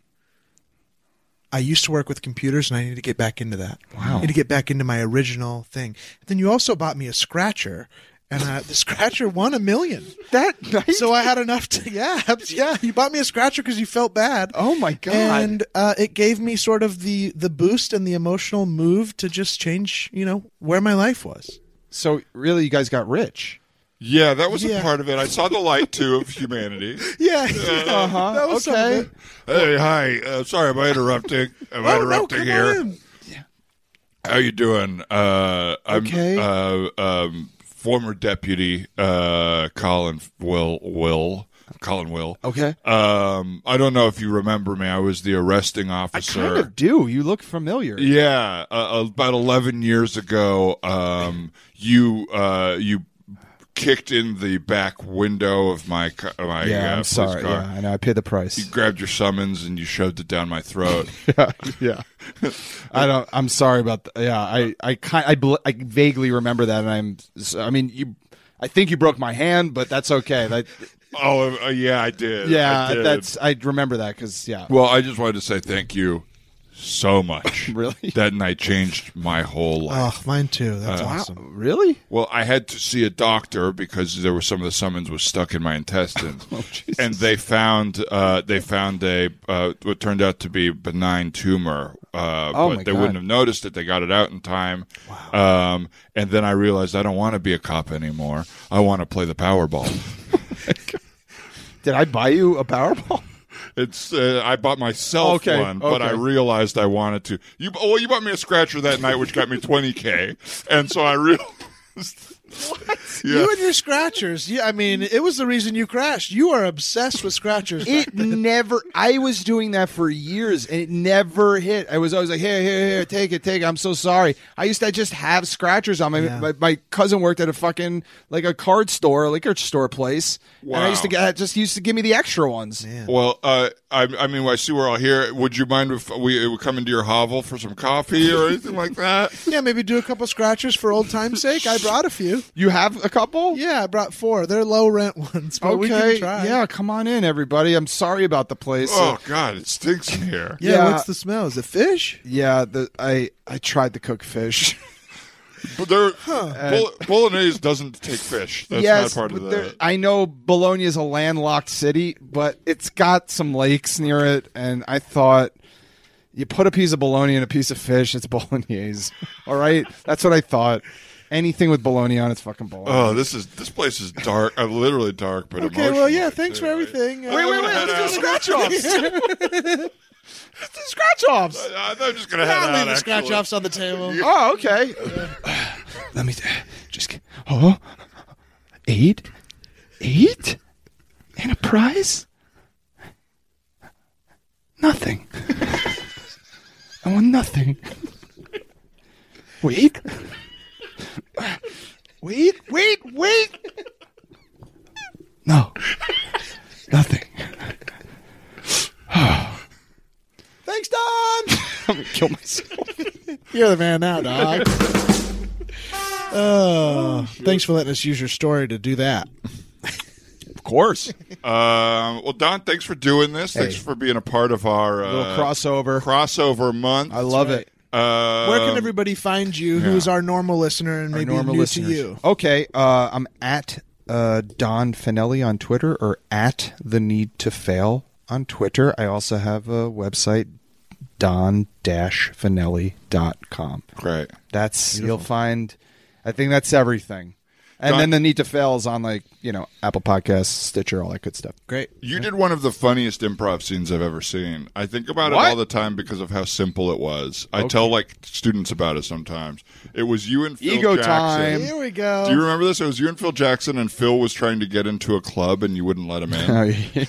S3: i used to work with computers and i need to get back into that wow i need to get back into my original thing then you also bought me a scratcher and uh, the scratcher won a million
S4: that night.
S3: so i had enough to yeah yeah you bought me a scratcher because you felt bad
S4: oh my god.
S3: and uh, it gave me sort of the the boost and the emotional move to just change, you know, where my life was.
S4: so really, you guys got rich.
S2: Yeah, that was
S3: Yeah.
S2: a part of it. I saw the light too of humanity.
S3: Yeah,
S4: Uh huh.
S3: That was
S4: okay.
S3: something.
S2: Hey, hi. Uh, sorry, am I interrupting? Am I
S3: Oh, no,
S2: interrupting
S3: come
S2: here?
S3: on in.
S2: How you doing? Uh, I'm
S3: Okay.
S2: uh, um, former deputy uh, Colin Will Will Colin Will.
S3: Oh.
S4: Okay.
S2: Um, I don't know if you remember me. I was the arresting officer.
S4: Kind of do. You look familiar.
S2: Yeah, uh, about eleven years ago, um, you uh, you kicked in the back window of my ca- my
S4: Yeah,
S2: uh,
S4: I'm
S2: police
S4: sorry.
S2: car.
S4: Yeah, I know. I paid the price.
S2: You grabbed your summons and you shoved it down my throat.
S4: yeah, I don't. I'm sorry about that. Yeah, I I kind I, bl- I vaguely remember that, and I'm. so- I mean, you. I think you broke my hand, but that's okay. That,
S2: oh, uh, yeah, I did. I
S4: yeah,
S2: did.
S4: that's. I remember that because yeah.
S2: Well, I just wanted to say thank you so much.
S4: Really?
S2: That night changed my whole life.
S3: Oh, mine too. That's awesome.
S4: Really?
S2: Well, I had to see a doctor because there were some of the summons was stuck in my intestines,
S4: Oh, Jesus.
S2: and they found uh, they found a uh, what turned out to be benign tumor. Uh,
S4: Oh,
S2: but
S4: my
S2: they
S4: God.
S2: wouldn't have noticed it. They got it out in time. Wow. Um, and then I realized I don't want to be a cop anymore. I want to play the Powerball.
S4: Did I buy you a Powerball?
S2: It's uh, I bought myself
S4: Okay,
S2: one, but I
S4: okay.
S2: realized I wanted to. You oh, well, you bought me a scratcher that night, which got me twenty k, and so I realized. Yeah.
S3: You and your scratchers. Yeah, I mean, it was the reason you crashed. You are obsessed with scratchers.
S4: It never. I was doing that for years, and it never hit. I was always like, "Here, here, here, take it, take it." I'm so sorry. I used to just have scratchers on my. My, my cousin worked at a fucking like a card store, liquor store place, and I used to
S2: Wow.
S4: get just used to give me the extra ones.
S2: Well, uh, I, I mean, I see we're all here. Would you mind if we uh, would come into your hovel for some coffee or anything like that?
S3: yeah, maybe do a couple scratchers for old time's sake. I brought a few.
S4: You have a couple.
S3: Yeah, I brought four. They're low rent ones, but we can try.
S4: Yeah, come on in, everybody. I'm sorry about the place.
S2: Oh God, it stinks in here.
S3: Yeah,
S4: Yeah.
S3: what's the smell? Is it fish?
S4: Yeah, the, I I tried to cook fish.
S2: But there, Bol- bolognese doesn't take fish. That's
S4: yes,
S2: not part of
S4: but there-
S2: the.
S4: I know Bologna is a landlocked city, but it's got some lakes near it, and I thought you put a piece of bologna in a piece of fish, it's bolognese. All right, that's what I thought. Anything with bologna on it's fucking bologna.
S2: Oh, this is this place is dark. Uh, literally dark, but
S3: Okay, well, yeah,
S2: emotional,
S3: thanks
S2: too,
S3: for
S2: right?
S3: everything.
S2: I'm gonna head out.
S4: offs. scratch offs.
S2: I'm just gonna head
S3: I'll
S2: out.
S3: leave the scratch
S2: actually.
S3: offs on the table.
S4: Oh, okay. Let me just get. Oh, eight, eight, and a prize. Nothing. I want nothing. Wait, wait, wait, wait. No, nothing.
S3: Thanks, Don.
S4: I'm gonna kill myself.
S3: You're the man now, dog. Oh, thanks for letting us use your story to do that.
S4: Of course.
S2: Um, well, Don, thanks for doing this. Thanks for being a part of our uh,
S4: Little crossover.
S2: crossover month.
S4: I love it.
S2: Uh,
S3: Where can everybody find you? Who's our normal listener and maybe
S4: normal
S3: new
S4: listeners.
S3: to you?
S4: Okay, uh, I'm at uh, Don Finelli on Twitter or at the need to fail on Twitter. I also have a website, don-finelli.com.
S2: Great.
S4: That's you'll find. I think that's everything. And
S2: Don-
S4: then the need to fail is on like you know Apple Podcasts, Stitcher, all that good stuff.
S3: Great.
S2: You did one of the funniest improv scenes I've ever seen. I think about
S4: What?
S2: it all the time because of how simple it was. I tell like students about it sometimes. It was you and Phil
S4: Ego
S2: Jackson.
S4: time.
S3: Here we go.
S2: Do you remember this? It was you and Phil Jackson, and Phil was trying to get into a club, and you wouldn't let him in.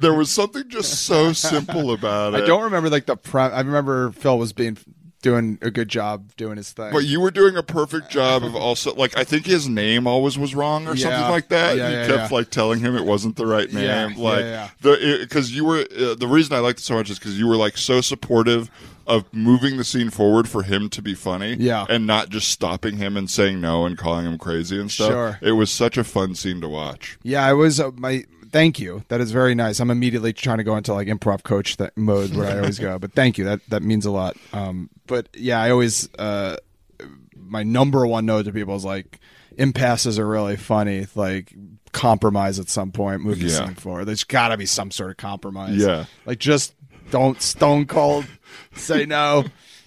S2: there was something just so simple about
S4: I
S2: it.
S4: don't remember like the pre- I remember Phil was being doing a good job doing his thing.
S2: But you were doing a perfect job of also like I think his name always was wrong or
S4: Yeah.
S2: something like that.
S4: Yeah,
S2: you
S4: yeah,
S2: kept
S4: yeah.
S2: like telling him it wasn't the right name.
S4: Yeah, yeah,
S2: like
S4: yeah.
S2: the because you were uh, the reason I liked it so much is because you were like so supportive of moving the scene forward for him to be funny.
S4: Yeah.
S2: and not just stopping him and saying no and calling him crazy and stuff.
S4: Sure.
S2: it was such a fun scene to watch.
S4: Yeah, I was uh, my. Thank you. That is very nice. I'm immediately trying to go into like improv coach that mode where I always go. But thank you. That that means a lot. Um, but yeah, I always uh, my number one note to people is like impasses are really funny. Like compromise at some point. Move the
S2: Yeah.
S4: scene forward. There's got to be some sort of compromise.
S2: Yeah.
S4: Like just don't stone cold say no.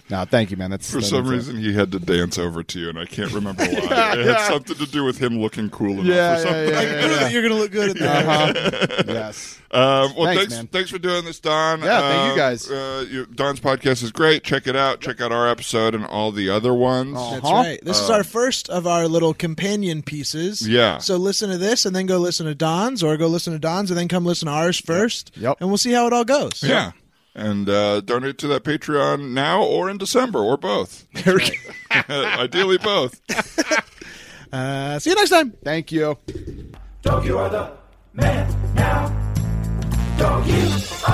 S4: No, thank you, man. That's
S2: For
S4: that
S2: some
S4: means a-
S2: reason, he had to dance over to you, and I can't remember why. it had
S4: yeah.
S2: something to do with him looking cool enough. or
S4: Yeah,
S2: something.
S4: yeah, yeah, yeah, yeah.
S3: You're gonna look good at that.
S4: Uh-huh. yes.
S2: Um, well,
S4: Thanks,
S2: thanks,
S4: man.
S2: thanks, for doing this, Don.
S4: Yeah, thank you
S2: Uh,
S4: guys.
S2: Uh, you, Don's podcast is great. Check it out. Check out our episode and all the other ones.
S4: Aw.
S3: That's
S4: Huh?
S3: right. This is our first of our little companion pieces.
S2: Yeah.
S3: So listen to this, and then go listen to Don's, or go listen to Don's, and then come listen to ours first.
S4: Yep.
S3: And we'll see how it all goes.
S2: Yeah, and uh, donate to that Patreon now or in December or both. Ideally, both.
S3: Uh, see you next time.
S4: Thank you.
S1: Dog, you are the man now. Dog, you